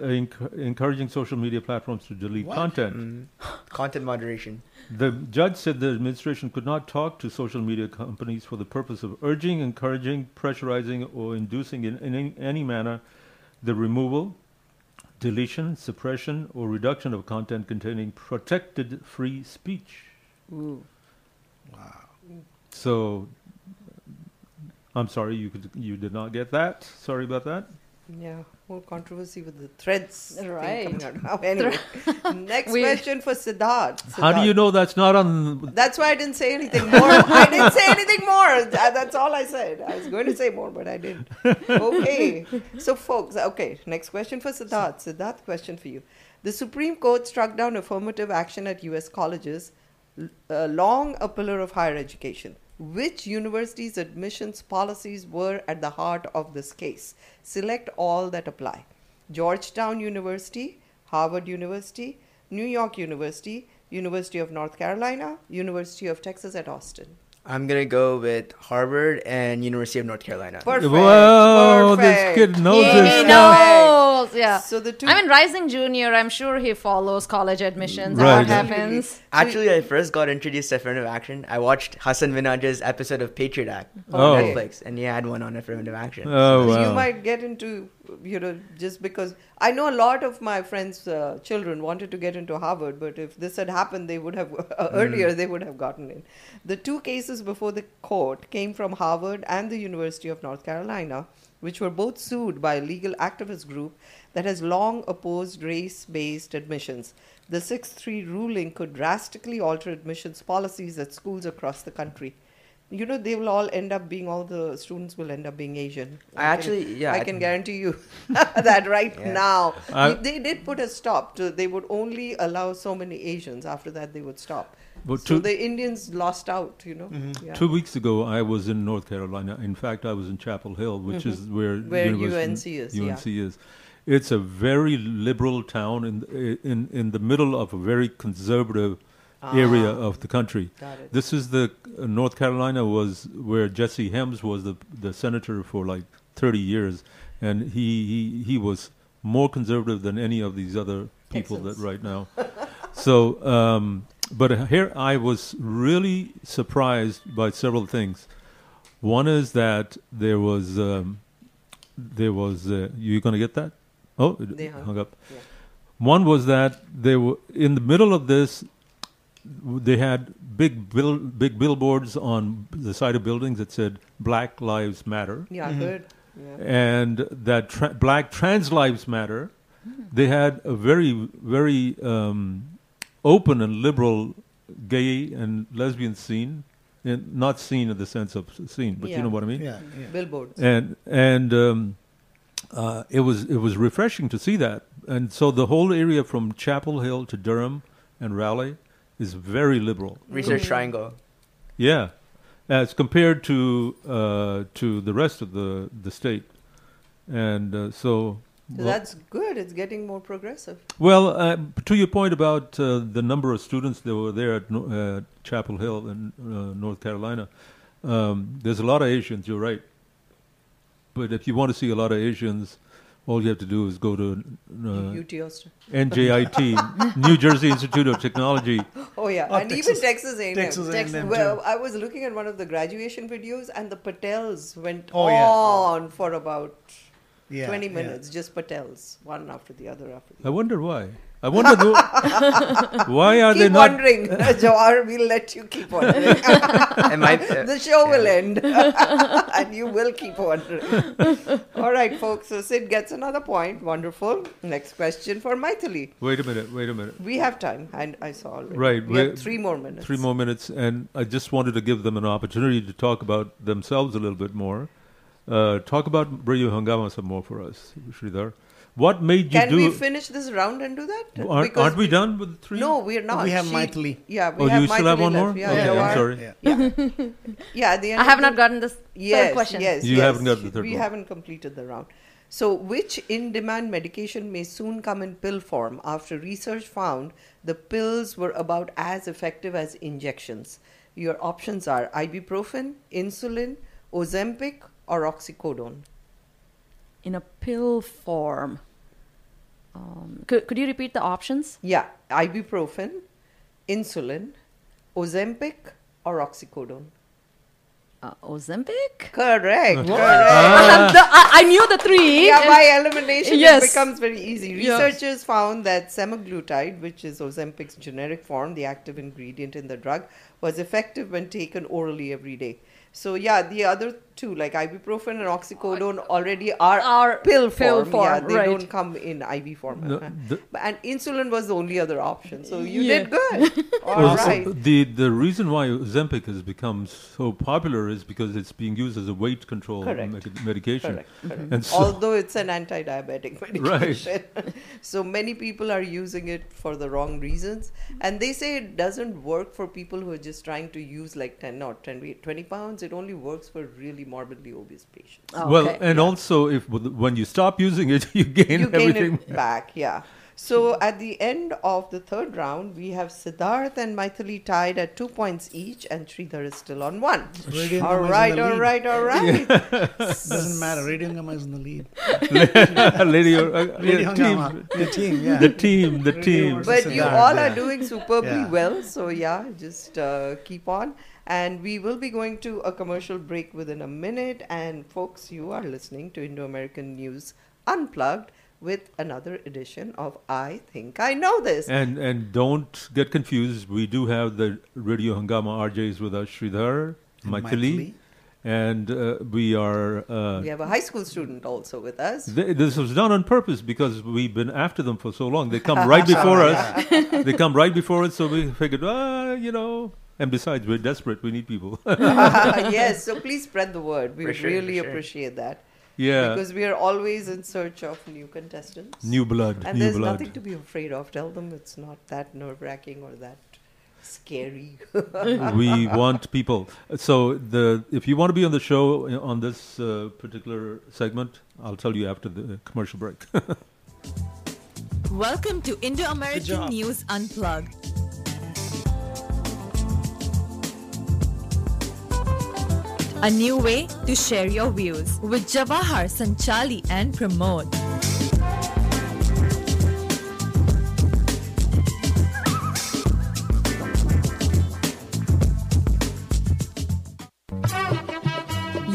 Speaker 2: uh, enc- encouraging social media platforms to delete
Speaker 5: What?
Speaker 2: content.
Speaker 5: Content moderation.
Speaker 2: The judge said the administration could not talk to social media companies for the purpose of urging, encouraging, pressurizing, or inducing in, in any- any manner the removal, deletion, suppression, or reduction of content containing protected free speech.
Speaker 3: Ooh.
Speaker 2: So, I'm sorry you could, you did not get that. Sorry about that.
Speaker 3: Yeah, more controversy with the threads. thing
Speaker 7: Right.
Speaker 3: coming out now. Anyway, next
Speaker 7: We-
Speaker 3: question for Siddharth.
Speaker 2: How do you
Speaker 3: Siddharth.
Speaker 2: know that's not on?
Speaker 3: That's why I didn't say anything more. I didn't say anything more. Tha- That's all I said. I was going to say more, but I didn't. Okay. So, folks, okay, next question for Siddharth. Siddharth, question for you. The Supreme Court struck down affirmative action at U.S. colleges, l- uh, long a pillar of higher education. Which universities' admissions policies were at the heart of this case? Select all that apply Georgetown University, Harvard University, New York University, University of North Carolina, University of Texas at Austin.
Speaker 5: I'm gonna go with Harvard and University of North Carolina.
Speaker 3: Perfect.
Speaker 2: Whoa, this
Speaker 3: Perfect.
Speaker 2: kid knows
Speaker 3: Yeah.
Speaker 2: this
Speaker 3: He
Speaker 2: stuff.
Speaker 7: knows, yeah.
Speaker 3: So the two.
Speaker 7: I mean, Rising Junior, I'm sure he follows college admissions
Speaker 2: Right.
Speaker 7: and what happens.
Speaker 5: Actually, I first got introduced to affirmative action. I watched Hassan Minaj's episode of Patriot Act on
Speaker 2: Oh.
Speaker 5: Netflix, and he had one on affirmative action.
Speaker 2: Oh,
Speaker 3: So
Speaker 2: wow.
Speaker 3: You might get into, you know, just because I know a lot of my friends' uh, children wanted to get into Harvard, but if this had happened, they would have uh,
Speaker 2: Hmm.
Speaker 3: earlier they would have gotten in. The two cases before the court came from Harvard and the University of North Carolina, which were both sued by a legal activist group that has long opposed race-based admissions. The 6-3 ruling could drastically alter admissions policies at schools across the country. You know, they will all end up being all the students will end up being Asian.
Speaker 5: I
Speaker 3: can-
Speaker 5: actually- yeah,
Speaker 3: I
Speaker 5: I-
Speaker 3: can guarantee you that right
Speaker 5: Yeah.
Speaker 3: now
Speaker 2: I-
Speaker 3: they did put a stop to. They would only allow so many Asians. After that, they would stop.
Speaker 2: But
Speaker 3: so
Speaker 2: to-
Speaker 3: the Indians lost out. You know,
Speaker 4: Mm-hmm.
Speaker 3: Yeah.
Speaker 2: Two weeks ago, I was in North Carolina. In fact, I was in Chapel Hill, which is where
Speaker 3: Mm-hmm. Where
Speaker 2: University-
Speaker 3: UNC is, yeah.
Speaker 2: UNC is. It's a very liberal town in in in the middle of a very conservative area of the country.
Speaker 3: Ah. Got it.
Speaker 2: This is the uh, North Carolina was where Jesse Hems was the the senator for like 30 years, and he he, he was more conservative than any of these other people that right now. so, um, but here I was really surprised by several things. One is that there was um, there was uh, you going to get that? Oh, it
Speaker 3: They hung-
Speaker 2: hung up. One was that they were in the middle of this. They had big bill, big billboards on the side of buildings that said "Black Lives Matter."
Speaker 3: yeah,
Speaker 4: Mm-hmm.
Speaker 3: I heard. Yeah.
Speaker 2: and that tra- black trans lives matter. They had a very, very um, open and liberal gay and lesbian scene, and not scene in the sense of scene, but
Speaker 3: Yeah.
Speaker 2: you know what I mean.
Speaker 4: Yeah, yeah.
Speaker 3: Billboards.
Speaker 2: And and um, uh, it was it was refreshing to see that. And so the whole area from Chapel Hill to Durham and Raleigh is very liberal.
Speaker 3: Mm-hmm.
Speaker 5: Research Triangle.
Speaker 2: Yeah, as compared to uh, to the rest of the the state, and uh, so.
Speaker 3: So
Speaker 2: well-
Speaker 3: that's good. It's getting more progressive.
Speaker 2: well, uh, to your point about uh, the number of students that were there at no- uh, Chapel Hill in uh, North Carolina, um, there's a lot of Asians, you're right. But if you want to see a lot of Asians, all you have to do is go to uh,
Speaker 3: UT Austin.
Speaker 2: NJIT, New Jersey Institute of Technology.
Speaker 3: Oh yeah,
Speaker 4: Oh,
Speaker 3: and even
Speaker 4: Texas-
Speaker 3: Texas A&M.
Speaker 4: Texas A&M too.
Speaker 3: well, I was looking at one of the graduation videos, and the Patels went
Speaker 4: Oh, yeah.
Speaker 3: on for about
Speaker 4: Yeah,
Speaker 3: twenty
Speaker 4: yeah.
Speaker 3: minutes, just Patels, one after the other after the
Speaker 2: I wonder why. I wonder wh- why are
Speaker 3: other.
Speaker 2: they
Speaker 3: Keep
Speaker 2: not
Speaker 3: wondering, Jawar. We'll let you keep wondering.
Speaker 5: Am I? uh,
Speaker 3: the show will end, and you will keep wondering. All right, folks. So Sid gets another point. Wonderful. Next question for Maithili.
Speaker 2: Wait a minute, wait a minute.
Speaker 3: We have time, and I saw already.
Speaker 2: Right.
Speaker 3: We
Speaker 2: we-
Speaker 3: have three more minutes.
Speaker 2: Three more minutes, and I just wanted to give them an opportunity to talk about themselves a little bit more. Uh, talk about Brayu Hangama some more for us, Sridhar. What made you
Speaker 3: Can
Speaker 2: do?
Speaker 3: we finish this round and do that?
Speaker 2: aren't,
Speaker 3: Because
Speaker 2: aren't we done with three?
Speaker 3: No, we're not.
Speaker 4: We have
Speaker 3: She-
Speaker 4: Maithili.
Speaker 3: Yeah, we
Speaker 2: Oh,
Speaker 3: have
Speaker 2: you still have
Speaker 3: Maithili
Speaker 2: one
Speaker 3: left.
Speaker 2: more?
Speaker 3: Yeah,
Speaker 2: Okay,
Speaker 3: Jawahar.
Speaker 2: I'm sorry.
Speaker 4: Yeah.
Speaker 3: Yeah, at the end
Speaker 7: I
Speaker 3: of
Speaker 7: have
Speaker 3: the-
Speaker 7: not gotten this third
Speaker 3: Yes,
Speaker 7: question.
Speaker 3: yes,
Speaker 2: You
Speaker 3: yes.
Speaker 2: haven't got the third
Speaker 3: We
Speaker 2: one.
Speaker 3: haven't completed the round. So, which in-demand medication may soon come in pill form after research found the pills were about as effective as injections? Your options are ibuprofen, insulin, Ozempic, or oxycodone.
Speaker 7: In a pill form. Um, could, could you repeat the options?
Speaker 3: Yeah, ibuprofen, insulin, Ozempic, or oxycodone.
Speaker 7: uh, Ozempic.
Speaker 3: Correct.
Speaker 7: Wow.
Speaker 3: correct.
Speaker 7: The- I, I knew the three.
Speaker 3: Uh, Yeah,
Speaker 7: and-
Speaker 3: by elimination,
Speaker 7: Yes.
Speaker 3: it becomes very easy.
Speaker 7: Yes.
Speaker 3: Researchers found that semaglutide, which is Ozempic's generic form, the active ingredient in the drug, was effective when taken orally every day. So yeah, the other two, like ibuprofen and oxycodone, already are, pill,
Speaker 7: pill
Speaker 3: form. Yeah,
Speaker 7: form,
Speaker 3: they
Speaker 7: right.
Speaker 3: don't come in IV form.
Speaker 2: No, the-
Speaker 3: But- and insulin was the only other option. So you
Speaker 7: Yeah.
Speaker 3: did good. All
Speaker 2: Well,
Speaker 3: right.
Speaker 2: so uh, The the reason why Ozempic has become so popular is because it's being used as a weight control
Speaker 3: Correct.
Speaker 2: medi- medication.
Speaker 3: Correct, correct.
Speaker 2: And so,
Speaker 3: Although it's an anti-diabetic medication, so many people are using it for the wrong reasons, and they say it doesn't work for people who are just trying to use like ten or 10, 20 pounds. It only works for really morbidly obese patients.
Speaker 2: well, and also if when you stop using it, you gain
Speaker 3: you gain
Speaker 2: everything.
Speaker 3: it back, yeah. So at the end of the third round, we have Siddharth and Maithili tied at two points each, and Sridhar is still on one.
Speaker 4: Radio
Speaker 3: All
Speaker 4: Ngama is in
Speaker 3: right,
Speaker 4: the
Speaker 3: all
Speaker 4: lead.
Speaker 3: right, all right.
Speaker 4: Doesn't matter. Radio Ngama is in the lead.
Speaker 2: Lady, uh, uh,
Speaker 4: Lady
Speaker 2: yeah,
Speaker 4: Hungama.
Speaker 2: team.
Speaker 4: The team, yeah.
Speaker 2: The team, the
Speaker 4: Radio
Speaker 2: team.
Speaker 4: versus
Speaker 3: But you
Speaker 4: Siddharth,
Speaker 3: all
Speaker 4: yeah.
Speaker 3: are doing superbly
Speaker 4: Yeah.
Speaker 3: well, so yeah, just uh, keep on. And we will be going to a commercial break within a minute. And folks, you are listening to Indo American News Unplugged with another edition of I Think I Know This.
Speaker 2: And and don't get confused. We do have the Radio Hangama RJs with us, Sridhar,
Speaker 3: And
Speaker 2: Maithili,
Speaker 3: Maithili.
Speaker 2: and uh, we are. Uh,
Speaker 3: we have a high school student also with us.
Speaker 2: Th- this was done on purpose because we've been after them for so long. They come right before us. They come right before us, so we figured, ah, you know. And besides, we're desperate. We need people.
Speaker 3: yes, so please spread the word. We
Speaker 2: For
Speaker 3: would
Speaker 2: sure, for
Speaker 3: really
Speaker 2: sure.
Speaker 3: appreciate that.
Speaker 2: Yeah.
Speaker 3: Because we are always in search of new contestants.
Speaker 2: New blood,
Speaker 3: And
Speaker 2: new
Speaker 3: there's
Speaker 2: blood.
Speaker 3: nothing to be afraid of. Tell them it's not that nerve wracking or that scary.
Speaker 2: we want people. So the if you want to be on the show uh, on this uh, particular segment, I'll tell you after the commercial break.
Speaker 13: Welcome to Indo American
Speaker 2: job.
Speaker 13: News Unplugged. A new way to share your views with Jawahar Sanchali and Pramod.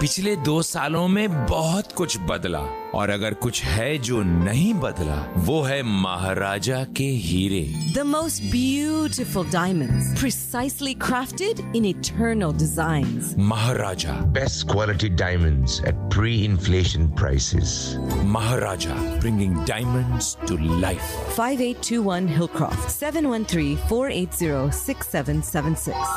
Speaker 10: पिछले दो सालों में बहुत कुछ बदला और अगर कुछ है जो नहीं बदला वो है महाराजा के हीरे
Speaker 9: The most beautiful diamonds, precisely crafted in eternal designs.
Speaker 10: Maharaja best quality diamonds at pre inflation prices Maharaja bringing diamonds to life
Speaker 9: 5821 Hillcroft, 713 480 6776.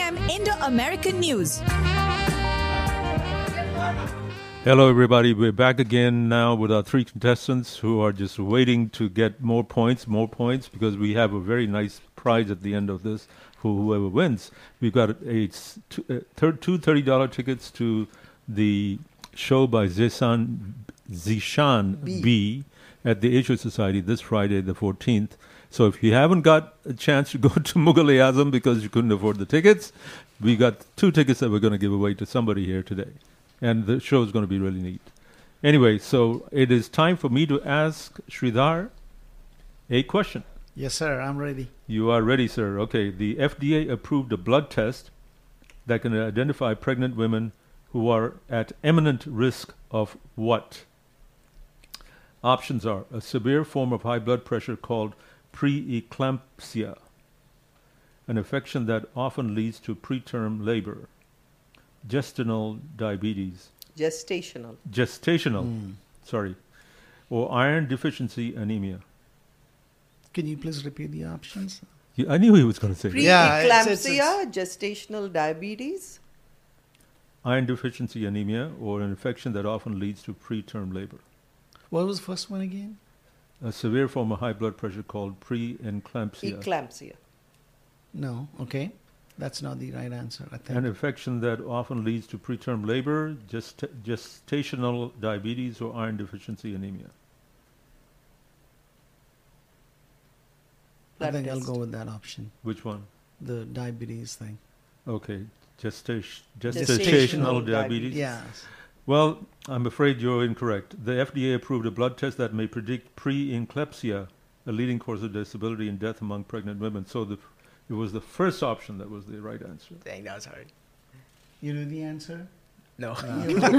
Speaker 6: Indo American News.
Speaker 2: Hello, everybody. We're back again now with our three contestants who are just waiting to get more points, more points, because we have a very nice prize at the end of this for whoever wins. We've got a, s- t- uh, thir- two $30 tickets to the show by Zishan, Zishan B.
Speaker 14: B.
Speaker 2: at the Asia Society this Friday, the 14th. So if you haven't got a chance to go to Mughalayasm because you couldn't afford the tickets, we got two tickets that we're going to give away to somebody here today and the show is going to be really neat. Anyway, so it is time for me to ask Sridhar a question.
Speaker 4: Yes, sir. I'm ready.
Speaker 2: You are ready, sir. Okay, the FDA approved a blood test that can identify pregnant women who are at imminent risk of what? Options are a severe form of high blood pressure called preeclampsia, an affection that often leads to preterm labor, gestational diabetes,
Speaker 3: Gestational.
Speaker 2: gestational, sorry, or iron deficiency anemia.
Speaker 4: Can you please repeat the options?
Speaker 2: You- I knew he was going to say that.
Speaker 3: Preeclampsia, gestational diabetes.
Speaker 2: iron deficiency anemia, or an infection that often leads to preterm labor.
Speaker 4: What was the first one again?
Speaker 2: A severe form of high blood pressure called pre-eclampsia,
Speaker 3: Eclampsia.
Speaker 4: No. Okay. That's not the right answer, I think.
Speaker 2: an infection that often leads to preterm labor, gest- gestational diabetes, or iron deficiency anemia.
Speaker 4: I think I'll go with that option.
Speaker 2: Which one?
Speaker 4: The diabetes thing.
Speaker 2: Okay, gestation,
Speaker 4: Gestational
Speaker 2: gestational
Speaker 4: diabetes.
Speaker 2: diabetes.
Speaker 4: Yes.
Speaker 2: Well, I'm afraid you're incorrect. The FDA approved a blood test that may predict pre-eclampsia, a leading cause of disability and death among pregnant women. So the, it was the first option that was the right answer.
Speaker 5: Dang, that was hard.
Speaker 4: You know the answer?
Speaker 5: No.
Speaker 7: but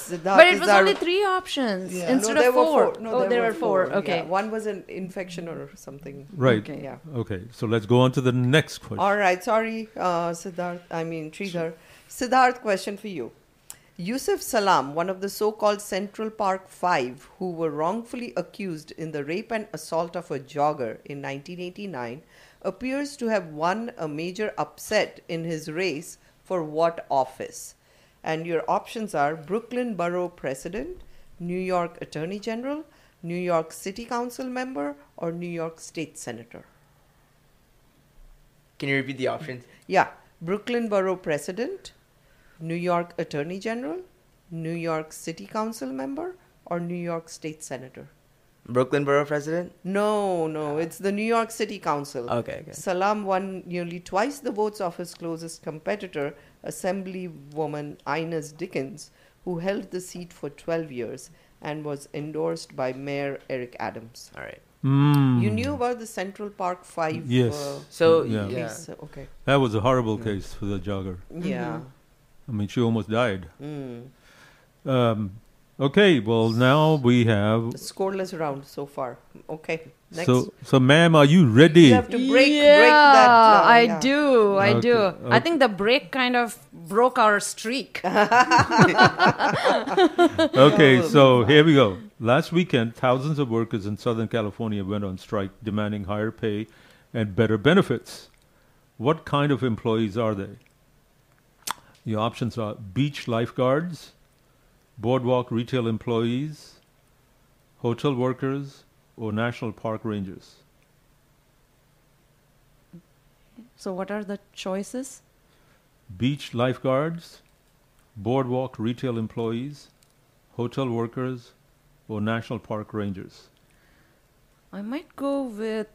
Speaker 7: it was only three options
Speaker 3: Yeah.
Speaker 7: instead
Speaker 3: No, there
Speaker 7: of
Speaker 3: were
Speaker 7: four.
Speaker 3: No,
Speaker 7: oh, there were four. Okay.
Speaker 3: Yeah, One was an infection or something.
Speaker 2: Right.
Speaker 3: Okay. Yeah.
Speaker 2: Okay. So let's go on to the next question.
Speaker 3: All right, sorry, uh, Siddharth, I mean, Sridhar. Siddharth, question for you. Yusuf Salam, one of the so called Central Park Five, who were wrongfully accused in the rape and assault of a jogger in 1989, appears to have won a major upset in his race for what office? And your options are Brooklyn Borough President, New York Attorney General, New York City Council member, or New York State Senator.
Speaker 5: Can you repeat the options?
Speaker 3: Yeah, Brooklyn Borough President, New York Attorney General, New York City Council member, or New York State Senator.
Speaker 5: Brooklyn Borough President?
Speaker 3: No, no, it's the New York City Council.
Speaker 5: Okay, okay.
Speaker 3: Salam won nearly twice the votes of his closest competitor, Assemblywoman Inez Dickens, who held the seat for 12 years and was endorsed by Mayor Eric Adams.
Speaker 5: All right.
Speaker 2: Mm.
Speaker 3: You knew about the Central Park 5
Speaker 2: Yes.
Speaker 3: uh,
Speaker 2: yeah.
Speaker 3: police, okay. Hmm.
Speaker 2: That was a horrible case for the jogger.
Speaker 3: Yeah.
Speaker 2: I mean, she almost died.
Speaker 3: Mm.
Speaker 2: Um, okay. Well, now we have.
Speaker 3: scoreless round so far. Okay, next.
Speaker 2: So, so, ma'am, are you ready?
Speaker 3: You have to break,
Speaker 7: yeah,
Speaker 3: break that. uh,
Speaker 7: I
Speaker 3: yeah.
Speaker 7: do. I
Speaker 2: Okay,
Speaker 7: do. I
Speaker 2: okay.
Speaker 7: think the break kind of broke our streak.
Speaker 3: Uh-huh.
Speaker 2: okay, so here we go. Last weekend, thousands of workers in Southern California went on strike demanding higher pay and better benefits. What kind of employees are they? The options are beach lifeguards, boardwalk retail employees, hotel workers, or national park rangers.
Speaker 7: So, what are the choices?
Speaker 2: Beach lifeguards, boardwalk retail employees, hotel workers, or national park rangers.
Speaker 7: I might go with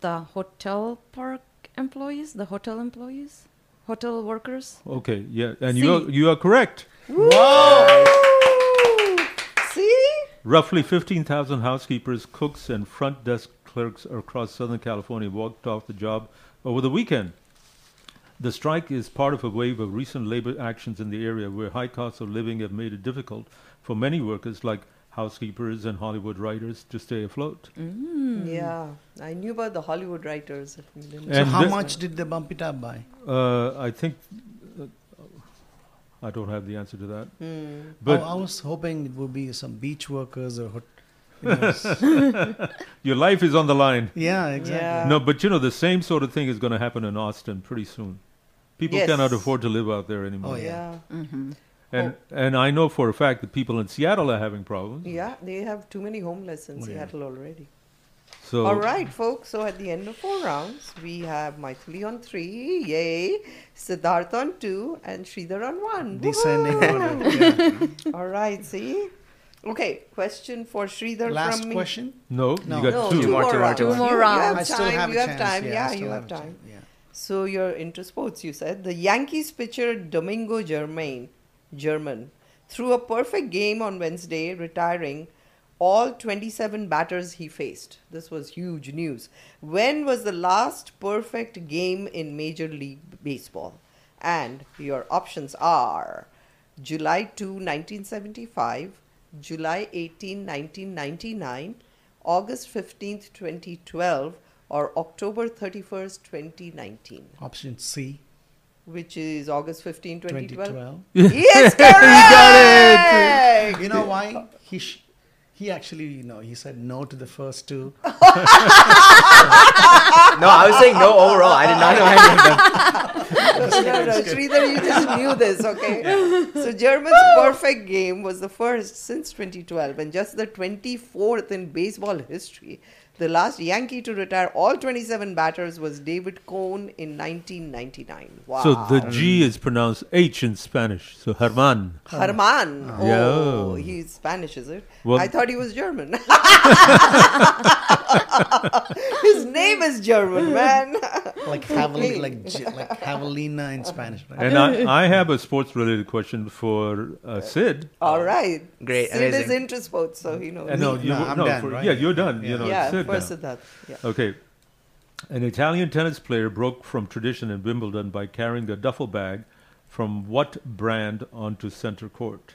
Speaker 7: the hotel park employees, the hotel employees, hotel workers.
Speaker 2: Okay, yeah, and
Speaker 7: See.
Speaker 2: you are, you are correct.
Speaker 3: See?
Speaker 2: Roughly 15,000 housekeepers, cooks, and front desk clerks across Southern California walked off the job over the weekend. The strike is part of a wave of recent labor actions in the area where high costs of living have made it difficult for many workers, like housekeepers and Hollywood writers, to stay afloat.
Speaker 3: Yeah, I knew about the Hollywood writers. if you didn't-
Speaker 4: so
Speaker 2: And
Speaker 4: how
Speaker 2: the-
Speaker 4: much did they bump it up by?
Speaker 2: Uh, I think uh, I don't have the answer to that.
Speaker 4: But
Speaker 2: But-
Speaker 4: I was hoping it would be some beach workers or. hot- you know, s-
Speaker 2: Your life is on the line.
Speaker 4: Yeah, exactly. Yeah.
Speaker 2: No, but you know, the same sort of thing is going to happen in Austin pretty soon. People
Speaker 3: Yes.
Speaker 2: cannot afford to live out there anymore.
Speaker 4: Oh,
Speaker 3: yeah. Oh.
Speaker 7: Mm-hmm.
Speaker 2: And and I know for a fact that people in Seattle are having problems.
Speaker 3: Yeah, they have too many homeless in
Speaker 2: Mm-hmm. Oh, yeah.
Speaker 3: Seattle already.
Speaker 2: So
Speaker 3: All right, folks. So at the end of four rounds, we have Maithili on three, yay, Siddharth on two, and Sridhar on one.
Speaker 4: Descending
Speaker 3: Woohoo!
Speaker 4: order,
Speaker 3: All right, see? Okay, question for Sridhar
Speaker 4: Last
Speaker 3: from me.
Speaker 4: question?
Speaker 2: No, you got
Speaker 3: no,
Speaker 2: two.
Speaker 3: two, more, rounds.
Speaker 7: two more
Speaker 3: You-
Speaker 7: rounds.
Speaker 4: I
Speaker 3: You have
Speaker 4: still
Speaker 3: time.
Speaker 4: have a
Speaker 3: you have
Speaker 4: chance,
Speaker 3: time.
Speaker 4: yeah, I
Speaker 3: Yeah,
Speaker 4: still
Speaker 3: you
Speaker 4: have a
Speaker 3: have time. So you're into sports, you said. The Yankees pitcher Domingo Germain, German, threw a perfect game on Wednesday, retiring all 27 batters he faced. This was huge news. When was the last perfect game in Major League Baseball? And your options are July 2, 1975, July 18, 1999, August 15th, 2012, or October 31st, 2019.
Speaker 4: Option C.
Speaker 3: which is August 15, 2012.
Speaker 4: 2012.
Speaker 3: yes, correct!
Speaker 4: You know why? He sh- he actually, you know, he said no to the first two. no,
Speaker 5: I was saying no overall. I did not know any of them.
Speaker 3: no, no, Sridhar, you just knew this, okay? So German's perfect game was the first since 2012 and just the 24th in baseball history. The last Yankee to retire all 27 batters was David Cohn in 1999. Wow.
Speaker 2: So the G is pronounced H in Spanish. So Herman.
Speaker 3: Herman. Oh,
Speaker 2: Yeah.
Speaker 3: he's Spanish, is it?
Speaker 2: Well-
Speaker 3: I thought he was German. His name is German, man.
Speaker 4: like Havel, like J- like Javelina in Spanish, right?
Speaker 2: And I, I have a sports related question for uh, Sid.
Speaker 3: All right.
Speaker 2: Great,
Speaker 3: Sid is
Speaker 2: amazing.
Speaker 3: into sports, so he knows.
Speaker 2: Uh, no, you,
Speaker 4: No, I'm
Speaker 2: no,
Speaker 4: done,
Speaker 2: for-
Speaker 4: right?
Speaker 2: Yeah, you're done.
Speaker 4: Yeah.
Speaker 2: You know,
Speaker 3: Yeah,
Speaker 2: Sid
Speaker 3: for
Speaker 2: now.
Speaker 3: Siddharth, yeah.
Speaker 2: Okay. An Italian tennis player broke from tradition in Wimbledon by carrying a duffel bag from what brand onto center court?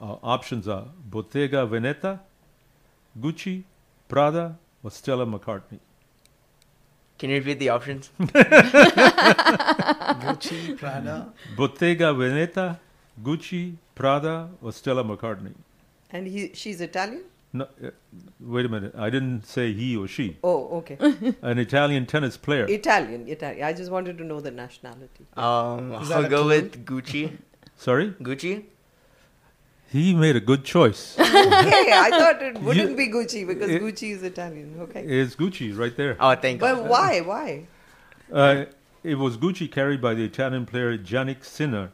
Speaker 2: Uh, options are Bottega Veneta, Gucci, Prada, or Stella McCartney.
Speaker 5: Can you repeat the options?
Speaker 2: uh,
Speaker 4: Gucci, Prada.
Speaker 2: Bottega Veneta, Gucci, Prada, or Stella McCartney.
Speaker 3: And he, she's Italian?
Speaker 2: No, uh, wait a minute. I didn't say he or she.
Speaker 3: Oh, okay.
Speaker 2: An Italian tennis player.
Speaker 3: Italian, Italian. I just wanted to know the nationality.
Speaker 5: Um,
Speaker 3: Is that
Speaker 5: I'll
Speaker 3: a
Speaker 5: go
Speaker 3: clue?
Speaker 5: with Gucci.
Speaker 2: Sorry?
Speaker 5: Gucci?
Speaker 2: He made a good choice.
Speaker 3: okay, I thought it wouldn't
Speaker 2: You-
Speaker 3: be Gucci because
Speaker 2: it-
Speaker 3: Gucci is Italian. Okay.
Speaker 2: It's Gucci right there.
Speaker 5: Oh, thank
Speaker 3: But why? Why?
Speaker 2: Uh, it was Gucci carried by the Italian player Yannick Sinner.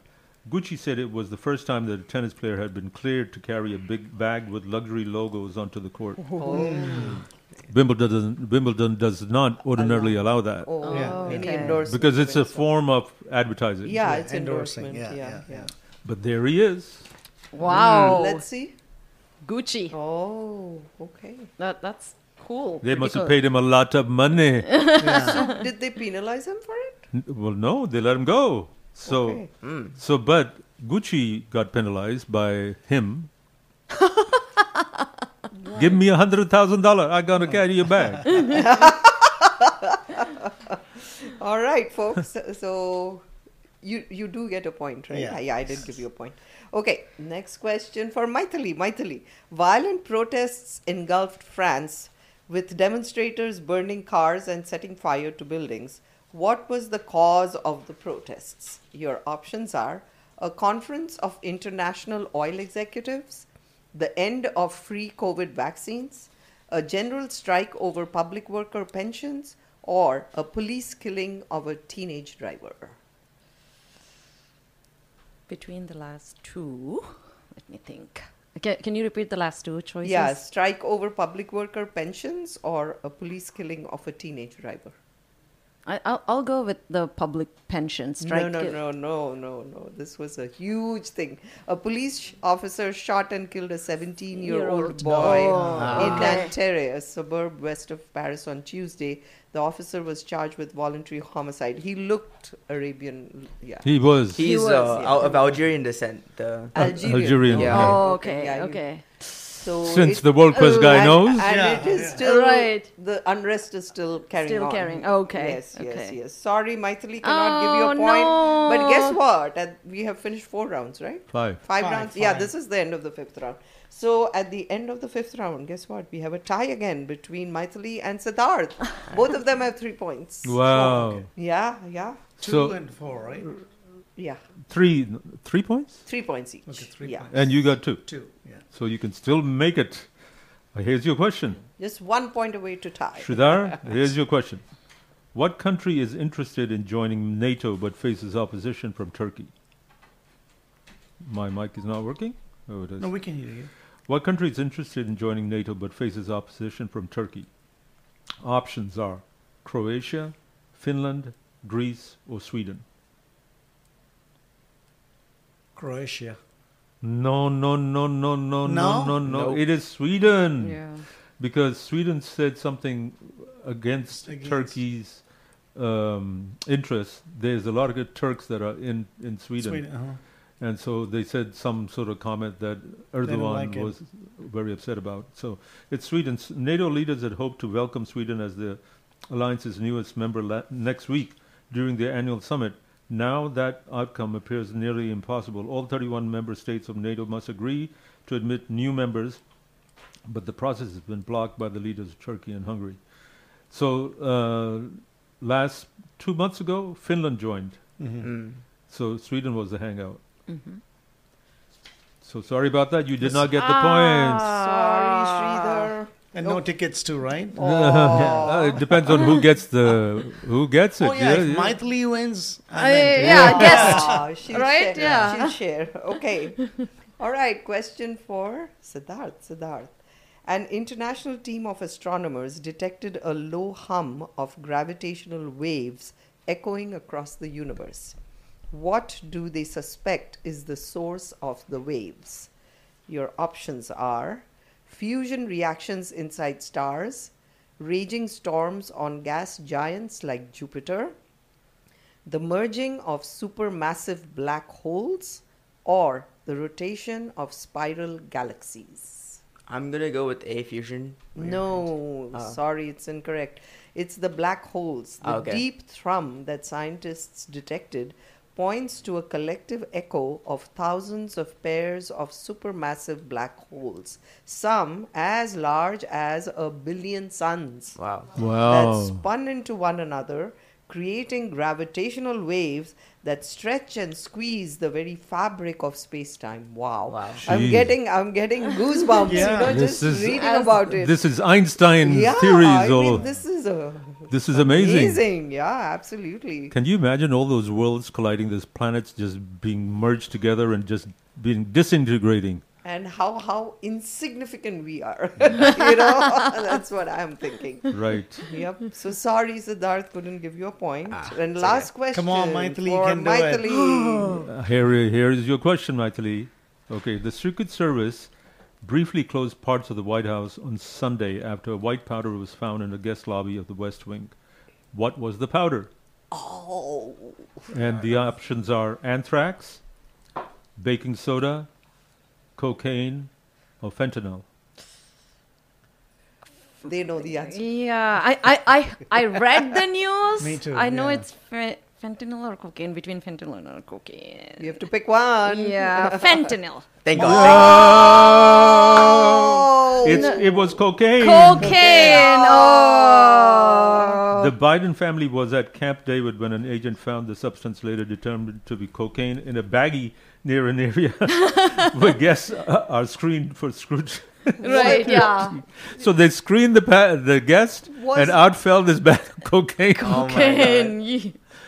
Speaker 2: Gucci said it was the first time that a tennis player had been cleared to carry a big bag with luxury logos onto the court.
Speaker 3: Oh.
Speaker 2: Wimbledon, doesn't- Wimbledon does not ordinarily allow that.
Speaker 3: Oh,
Speaker 4: Yeah.
Speaker 3: any
Speaker 4: Okay.
Speaker 3: endorsement.
Speaker 2: Because it's a form of advertising.
Speaker 3: Yeah, it's
Speaker 4: endorsing,
Speaker 3: endorsement. Yeah,
Speaker 4: yeah,
Speaker 3: yeah.
Speaker 2: But there he is.
Speaker 7: Wow.
Speaker 3: Let's see.
Speaker 7: Gucci.
Speaker 3: Oh, okay.
Speaker 7: That, that's cool.
Speaker 2: They must have
Speaker 7: Pretty
Speaker 2: paid him a lot of money.
Speaker 3: So did they penalize him for it?
Speaker 2: N- Well, no, they let him go. So,
Speaker 3: Okay.
Speaker 5: Mm.
Speaker 2: so, but Gucci got penalized by him. Give me a hundred thousand dollar. I gonna carry your bag.
Speaker 3: All right, folks. So you you do get a point, right?
Speaker 4: Yeah.
Speaker 3: Yeah, I did give you a point. Okay, next question for Maithili. Maithili, violent protests engulfed France with demonstrators burning cars and setting fire to buildings. What was the cause of the protests? Your options are a conference of international oil executives, the end of free COVID vaccines, a general strike over public worker pensions, or a police killing of a teenage driver.
Speaker 7: Between the last two, let me think. Okay, can you repeat the last two choices?
Speaker 3: Yeah, strike over public worker pensions or a police killing of a teenage driver.
Speaker 7: I, I'll, I'll go with the public pension strike.
Speaker 3: No, no, no, no, no, no. This was a huge thing. A police sh- officer shot and killed a 17 year old
Speaker 7: Year-old
Speaker 3: boy
Speaker 7: boy. Oh,
Speaker 3: in
Speaker 7: Okay.
Speaker 3: Nanterre, a suburb west of Paris, on Tuesday. The officer was charged with voluntary homicide. He looked Arabian. Yeah.
Speaker 2: He was.
Speaker 5: He's
Speaker 2: He was,
Speaker 5: uh,
Speaker 3: yeah.
Speaker 5: Al- of Algerian descent. The
Speaker 3: Algerian.
Speaker 2: Algerian,
Speaker 5: Yeah.
Speaker 2: okay.
Speaker 7: Oh, okay,
Speaker 3: Yeah, you-
Speaker 7: okay.
Speaker 3: So
Speaker 2: Since
Speaker 3: it-
Speaker 2: the World Quest guy
Speaker 3: and,
Speaker 2: knows.
Speaker 3: and
Speaker 2: Yeah,
Speaker 3: it is
Speaker 7: yeah.
Speaker 3: still
Speaker 7: Right.
Speaker 3: The unrest is still carrying
Speaker 7: Still
Speaker 3: on.
Speaker 7: carrying, okay,
Speaker 3: Yes, yes,
Speaker 7: okay.
Speaker 3: yes. Sorry, Maithili cannot give you a
Speaker 7: Oh,
Speaker 3: point. But guess
Speaker 7: no.
Speaker 3: what? At- we have finished four rounds, right?
Speaker 2: Five.
Speaker 3: Five,
Speaker 4: Five,
Speaker 3: rounds. Yeah,
Speaker 4: five.
Speaker 3: this is the end of the fifth round. So at the end of the fifth round, guess what? We have a tie again between Maithili and Siddharth. Both of them have three points.
Speaker 2: Wow.
Speaker 3: Yeah, yeah,
Speaker 4: Two
Speaker 2: So-
Speaker 4: and four, right?
Speaker 3: yeah.
Speaker 2: Three, three points,
Speaker 3: Three points each.
Speaker 4: Okay, three
Speaker 3: yeah.
Speaker 4: points.
Speaker 2: and you got two.
Speaker 4: Two, yeah.
Speaker 2: So you can still make it. Uh, Here's your question.
Speaker 3: Just one point away to tie.
Speaker 2: Sridhar, here's your question. What country is interested in joining NATO but faces opposition from Turkey? My mic is not working? Oh, it is.
Speaker 4: No, we can hear you.
Speaker 2: What country is interested in joining NATO but faces opposition from Turkey? Options are Croatia, Finland, Greece, or Sweden.
Speaker 4: Croatia.
Speaker 2: No, no, no, no, no, no,
Speaker 4: No?
Speaker 2: no, no.
Speaker 4: Nope.
Speaker 2: It is Sweden.
Speaker 7: Yeah.
Speaker 3: Mm.
Speaker 2: Because Sweden said something against,
Speaker 4: Against.
Speaker 2: Turkey's um, interests. There's a lot of good Turks that are in, in Sweden.
Speaker 4: Sweden, uh-huh.
Speaker 2: And so they said some sort of comment that
Speaker 4: don't
Speaker 2: Erdogan
Speaker 4: like it.
Speaker 2: was very upset about. So it's Sweden's NATO leaders had hoped to welcome Sweden as the alliance's newest member la- next week, during their annual summit. Now that outcome appears nearly impossible. All 31 member states of NATO must agree to admit new members, but the process has been blocked by the leaders of Turkey and Hungary. So, uh, last two months ago, Finland joined.
Speaker 4: Mhm. Mm.
Speaker 2: So, Sweden was the hangout. So, sorry about that. You did
Speaker 4: Yes.
Speaker 2: not get the
Speaker 4: Ah.
Speaker 3: Sorry, Sridhar. Oh.
Speaker 4: And no tickets too, right?
Speaker 2: points. Uh, it depends on who gets the who gets it.
Speaker 4: Oh, yeah, if Maithili wins,
Speaker 3: Uh,
Speaker 4: in.
Speaker 3: yeah, Yeah. guest. Ah, she'll
Speaker 7: right?
Speaker 3: share.
Speaker 7: Yeah.
Speaker 3: She'll share. Okay. All right, question for Siddharth. Siddharth. An international team of astronomers detected a low hum of gravitational waves echoing across the universe. What do they suspect is the source of the waves? Your options are fusion reactions inside stars, raging storms on gas giants like Jupiter, the merging of supermassive black holes or the rotation of spiral galaxies.
Speaker 5: I'm gonna go with a fusion.
Speaker 3: No,
Speaker 5: Oh.
Speaker 3: sorry, it's incorrect. It's the black holes. The
Speaker 5: Okay.
Speaker 3: deep thrum that scientists detected points to a collective echo of thousands of pairs of supermassive black holes, some as large as a billion suns.
Speaker 5: Wow.
Speaker 2: Wow.
Speaker 4: Oh.
Speaker 3: That spun into one another, creating gravitational waves that stretch and squeeze the very fabric of space-time. Wow. I'm
Speaker 2: Jeez.
Speaker 3: getting I'm getting goosebumps,
Speaker 4: Yeah.
Speaker 3: you know,
Speaker 2: This
Speaker 3: just
Speaker 2: is-
Speaker 3: reading about it.
Speaker 2: This is Einstein's
Speaker 3: yeah,
Speaker 2: theories.
Speaker 3: I mean,
Speaker 2: all
Speaker 3: this is a
Speaker 2: This is amazing.
Speaker 3: Amazing, yeah, absolutely.
Speaker 2: Can you imagine all those worlds colliding, those planets just being merged together and just being disintegrating?
Speaker 3: And how how insignificant we are. you know? That's what I'm thinking.
Speaker 2: Right.
Speaker 3: Yep. So sorry, Siddharth couldn't give you a point. and
Speaker 4: Ah, it's
Speaker 3: last
Speaker 4: okay.
Speaker 3: question.
Speaker 4: Come on, Maithili, you
Speaker 3: for
Speaker 4: can do it.
Speaker 3: Maithili.
Speaker 2: Uh, Here, here is your question, Maithili. Okay, the Secret Service briefly closed parts of the White House on Sunday after a white powder was found in the guest lobby of the West Wing. What was the powder?
Speaker 3: Oh.
Speaker 2: And the options are anthrax, baking soda, cocaine, or fentanyl.
Speaker 3: They know the answer.
Speaker 7: Yeah, I, I, I, I read the news.
Speaker 3: Me too,
Speaker 7: I know
Speaker 3: yeah.
Speaker 7: it's fe- fentanyl or cocaine, between fentanyl and cocaine.
Speaker 3: You have to pick one.
Speaker 7: Yeah, fentanyl.
Speaker 5: Thank
Speaker 7: God.
Speaker 2: Oh! It's,
Speaker 7: No.
Speaker 2: It was cocaine.
Speaker 7: Cocaine. Oh.
Speaker 2: The Biden family was at Camp David when an agent found the substance later determined to be cocaine in a baggie near an area where guests uh, are screened for scrutiny.
Speaker 7: Right, yeah.
Speaker 2: So they screened the pa- the guest,
Speaker 3: Was-
Speaker 2: and out fell this bag of cocaine.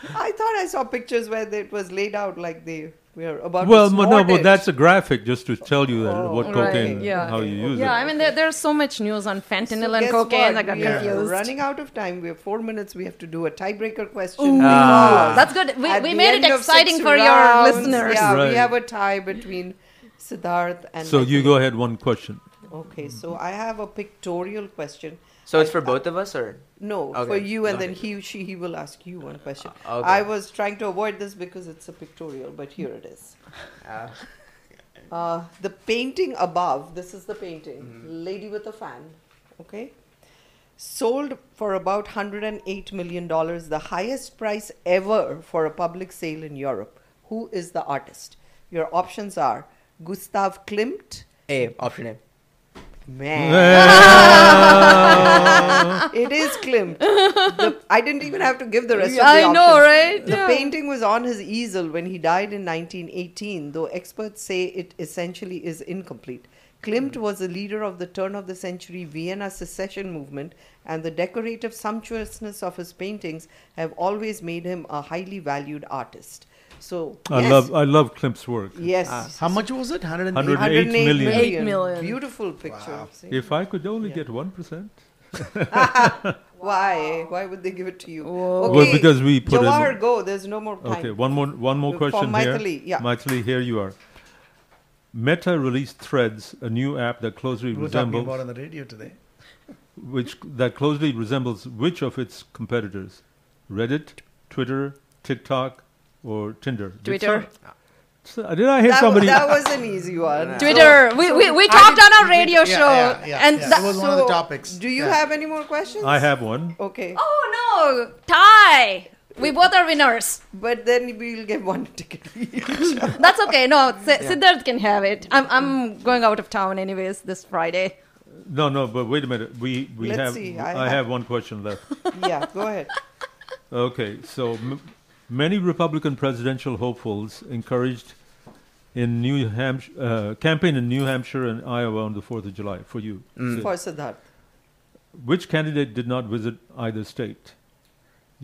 Speaker 3: I thought I saw pictures where it was laid out like they were about
Speaker 2: well,
Speaker 3: to
Speaker 2: mo-
Speaker 3: snort
Speaker 2: no,
Speaker 3: it.
Speaker 2: but that's a graphic just to tell you that, what
Speaker 7: Oh, Right,
Speaker 2: cocaine,
Speaker 7: yeah.
Speaker 2: how you use
Speaker 7: Yeah,
Speaker 2: it.
Speaker 7: I mean, there, there's so much news on fentanyl
Speaker 3: So
Speaker 7: and
Speaker 3: guess
Speaker 7: cocaine.
Speaker 3: what?
Speaker 7: I got
Speaker 3: we are
Speaker 7: confused.
Speaker 3: running out of time. We have four minutes. We have to do a tiebreaker question.
Speaker 7: Ooh.
Speaker 3: because
Speaker 7: Ah. That's good. We-
Speaker 3: at
Speaker 7: we
Speaker 3: the
Speaker 7: made it
Speaker 3: end of
Speaker 7: exciting
Speaker 3: six
Speaker 7: for your
Speaker 3: rounds,
Speaker 7: listeners.
Speaker 3: Yeah, we
Speaker 2: Right.
Speaker 3: have a tie between Siddharth and.
Speaker 2: so you go ahead one question.
Speaker 3: Okay, so I have a pictorial question.
Speaker 5: So it's for both of us, or
Speaker 3: No,
Speaker 5: Okay.
Speaker 3: for you, and then
Speaker 5: Okay.
Speaker 3: he she he will ask you one question.
Speaker 5: okay.
Speaker 3: I was trying to avoid this because it's a pictorial, but here it is. Uh, the painting above, this is the painting,
Speaker 5: Mm-hmm.
Speaker 3: Lady with a Fan, okay? Sold for about $108 million, the highest price ever for a public sale in Europe. Who is the artist? Your options are Gustav Klimt.
Speaker 5: A option A.
Speaker 3: Man. it is Klimt. The- I didn't even have to give the rest
Speaker 7: I
Speaker 3: of the
Speaker 7: know,
Speaker 3: options.
Speaker 7: right?
Speaker 3: The
Speaker 7: Yeah.
Speaker 3: painting was on his easel when he died in 1918, though experts say it essentially is incomplete.
Speaker 7: Hmm.
Speaker 3: Klimt was a leader of the turn of the century Vienna secession movement, and the decorative sumptuousness of his paintings have always made him a highly valued artist. So,
Speaker 2: I
Speaker 3: yes,
Speaker 2: love Ah, I love Klimt's work.
Speaker 3: Yes.
Speaker 4: How much was it? 108,
Speaker 2: 108 million.
Speaker 3: million. Beautiful picture. See?
Speaker 2: If I could only get one percent.
Speaker 3: Why? Why would they give it to you? Okay.
Speaker 2: Well, because we put in-
Speaker 3: Jawahar, go. There's no more time.
Speaker 2: Okay, one more one more
Speaker 3: For
Speaker 2: question
Speaker 3: Maithili,
Speaker 2: here.
Speaker 3: yeah.
Speaker 2: Maithili, here you are. Meta released Threads, a new app that closely
Speaker 4: We were talking
Speaker 2: resembles
Speaker 4: about on the radio today.
Speaker 2: which that closely resembles which of its competitors? Reddit, Twitter, TikTok, or Tinder? Did
Speaker 7: Twitter.
Speaker 2: some- so- did I hear
Speaker 3: that,
Speaker 2: somebody?
Speaker 3: That was an easy one.
Speaker 7: Twitter. We- we- we
Speaker 3: I
Speaker 7: talked
Speaker 3: did-
Speaker 7: on our
Speaker 3: we did-
Speaker 7: radio Yeah, show, yeah, yeah, and yeah. that-
Speaker 4: It was one of the
Speaker 3: So,
Speaker 4: topics.
Speaker 3: Do you
Speaker 4: Yeah.
Speaker 3: have any more questions?
Speaker 2: I have one.
Speaker 3: Okay.
Speaker 7: Oh no, tie. Oh, We both are winners.
Speaker 3: But then we'll get one ticket each.
Speaker 7: That's okay. No, S-
Speaker 2: Yeah.
Speaker 7: Siddharth can have it. I'm, I'm going out of town anyways this Friday.
Speaker 2: No, no, but wait a minute. We we
Speaker 7: Let's
Speaker 2: have.
Speaker 7: see, I
Speaker 2: I,
Speaker 7: have-
Speaker 2: have one question left.
Speaker 3: yeah, go ahead.
Speaker 2: Okay, so m- many Republican presidential hopefuls encouraged in New Hampshire uh, campaign in New Hampshire and Iowa on the Fourth of July for you. Sid.
Speaker 3: For Siddharth.
Speaker 2: Which candidate did not visit either state?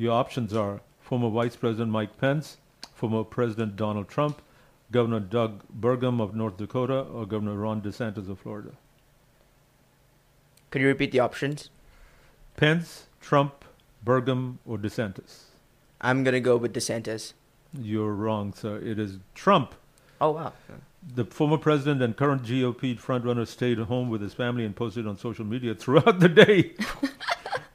Speaker 2: Your options are former Vice President Mike Pence, former President Donald Trump, Governor Doug Burgum of North Dakota, or Governor Ron DeSantis of Florida.
Speaker 5: Could you repeat the options?
Speaker 2: Pence, Trump, Burgum, or DeSantis?
Speaker 5: I'm gonna go with DeSantis.
Speaker 2: You're wrong, sir. It is Trump.
Speaker 5: Oh wow.
Speaker 2: The former president and current GOP frontrunner stayed home with his family and posted on social media throughout the day.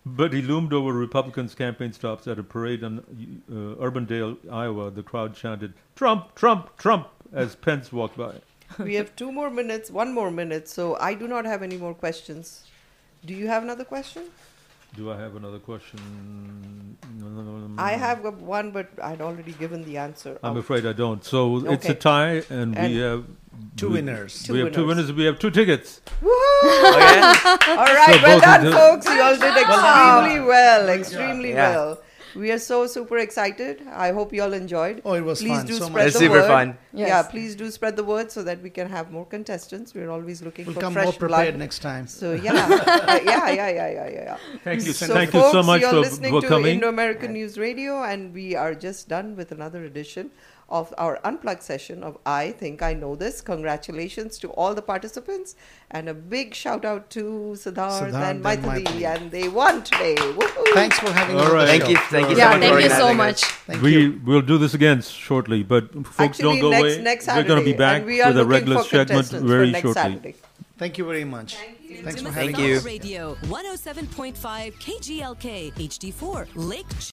Speaker 2: but he loomed over Republicans' campaign stops at a parade in uh, Urbandale, Iowa. The crowd chanted, Trump, Trump, Trump, as Pence walked by.
Speaker 3: We have two more minutes, one more minute, so I do not have any more questions. Do you have another question?
Speaker 2: Do I have another question? No, no, no, no,
Speaker 3: I
Speaker 2: no.
Speaker 3: have one, but I'd already given the answer.
Speaker 2: Mm.
Speaker 3: Oh.
Speaker 2: I'm
Speaker 3: out.
Speaker 2: afraid I don't. So it's a
Speaker 3: Okay.
Speaker 2: tie, and,
Speaker 3: And
Speaker 2: we have
Speaker 4: two
Speaker 2: we-
Speaker 4: winners.
Speaker 3: Two
Speaker 2: we have two
Speaker 3: winners.
Speaker 2: winners. We have two tickets.
Speaker 5: Oh,
Speaker 3: All
Speaker 2: So
Speaker 3: right, well
Speaker 2: both of
Speaker 3: done,
Speaker 2: them-
Speaker 3: folks. You all did
Speaker 2: Good
Speaker 4: job.
Speaker 3: extremely well,
Speaker 4: Good job.
Speaker 3: extremely
Speaker 5: Yeah.
Speaker 3: well. We are so super excited. I hope you all enjoyed. Oh, it was please
Speaker 5: fun,
Speaker 3: Do
Speaker 5: so much
Speaker 3: spread
Speaker 5: It's
Speaker 3: the
Speaker 5: super
Speaker 3: word.
Speaker 5: fun.
Speaker 3: Yeah,
Speaker 5: Yes.
Speaker 3: please do spread the word so that we can have more contestants. We're always looking
Speaker 4: We'll
Speaker 3: for
Speaker 4: come
Speaker 3: fresh
Speaker 4: more prepared
Speaker 3: blood.
Speaker 4: next time.
Speaker 3: So yeah, Uh, yeah, yeah, yeah, yeah, yeah, yeah.
Speaker 4: Thank you so
Speaker 3: so
Speaker 4: much.
Speaker 2: Thank you so
Speaker 3: folks,
Speaker 2: much
Speaker 3: You're
Speaker 2: for-
Speaker 3: listening
Speaker 2: for
Speaker 3: to
Speaker 2: coming.
Speaker 3: Indo-American News Radio, and we are just done with another edition of our unplugged session of I Think I Know This. Congratulations to all the participants, and a big shout out to Siddharth,
Speaker 4: Siddharth
Speaker 3: and
Speaker 4: and
Speaker 3: Maithili,
Speaker 4: Maithili.
Speaker 3: and they won today. Woohoo.
Speaker 4: Thanks for having us.
Speaker 2: All
Speaker 4: on the
Speaker 2: right.
Speaker 4: show.
Speaker 3: Yeah, thank you so much.
Speaker 2: we will do this again shortly, but folks,
Speaker 3: Actually,
Speaker 2: don't go
Speaker 3: next-
Speaker 2: away.
Speaker 3: next
Speaker 2: We're going to be
Speaker 3: Saturday,
Speaker 2: back
Speaker 3: and we are
Speaker 2: with a
Speaker 3: looking
Speaker 2: regular
Speaker 3: for
Speaker 2: segment
Speaker 3: contestants
Speaker 2: very
Speaker 3: for next
Speaker 2: shortly.
Speaker 3: Saturday.
Speaker 4: Thank you very much. Thanks for
Speaker 12: Intimacy
Speaker 4: having
Speaker 12: Talk
Speaker 4: us.
Speaker 12: Radio 107.5 KGLK HD4 Lake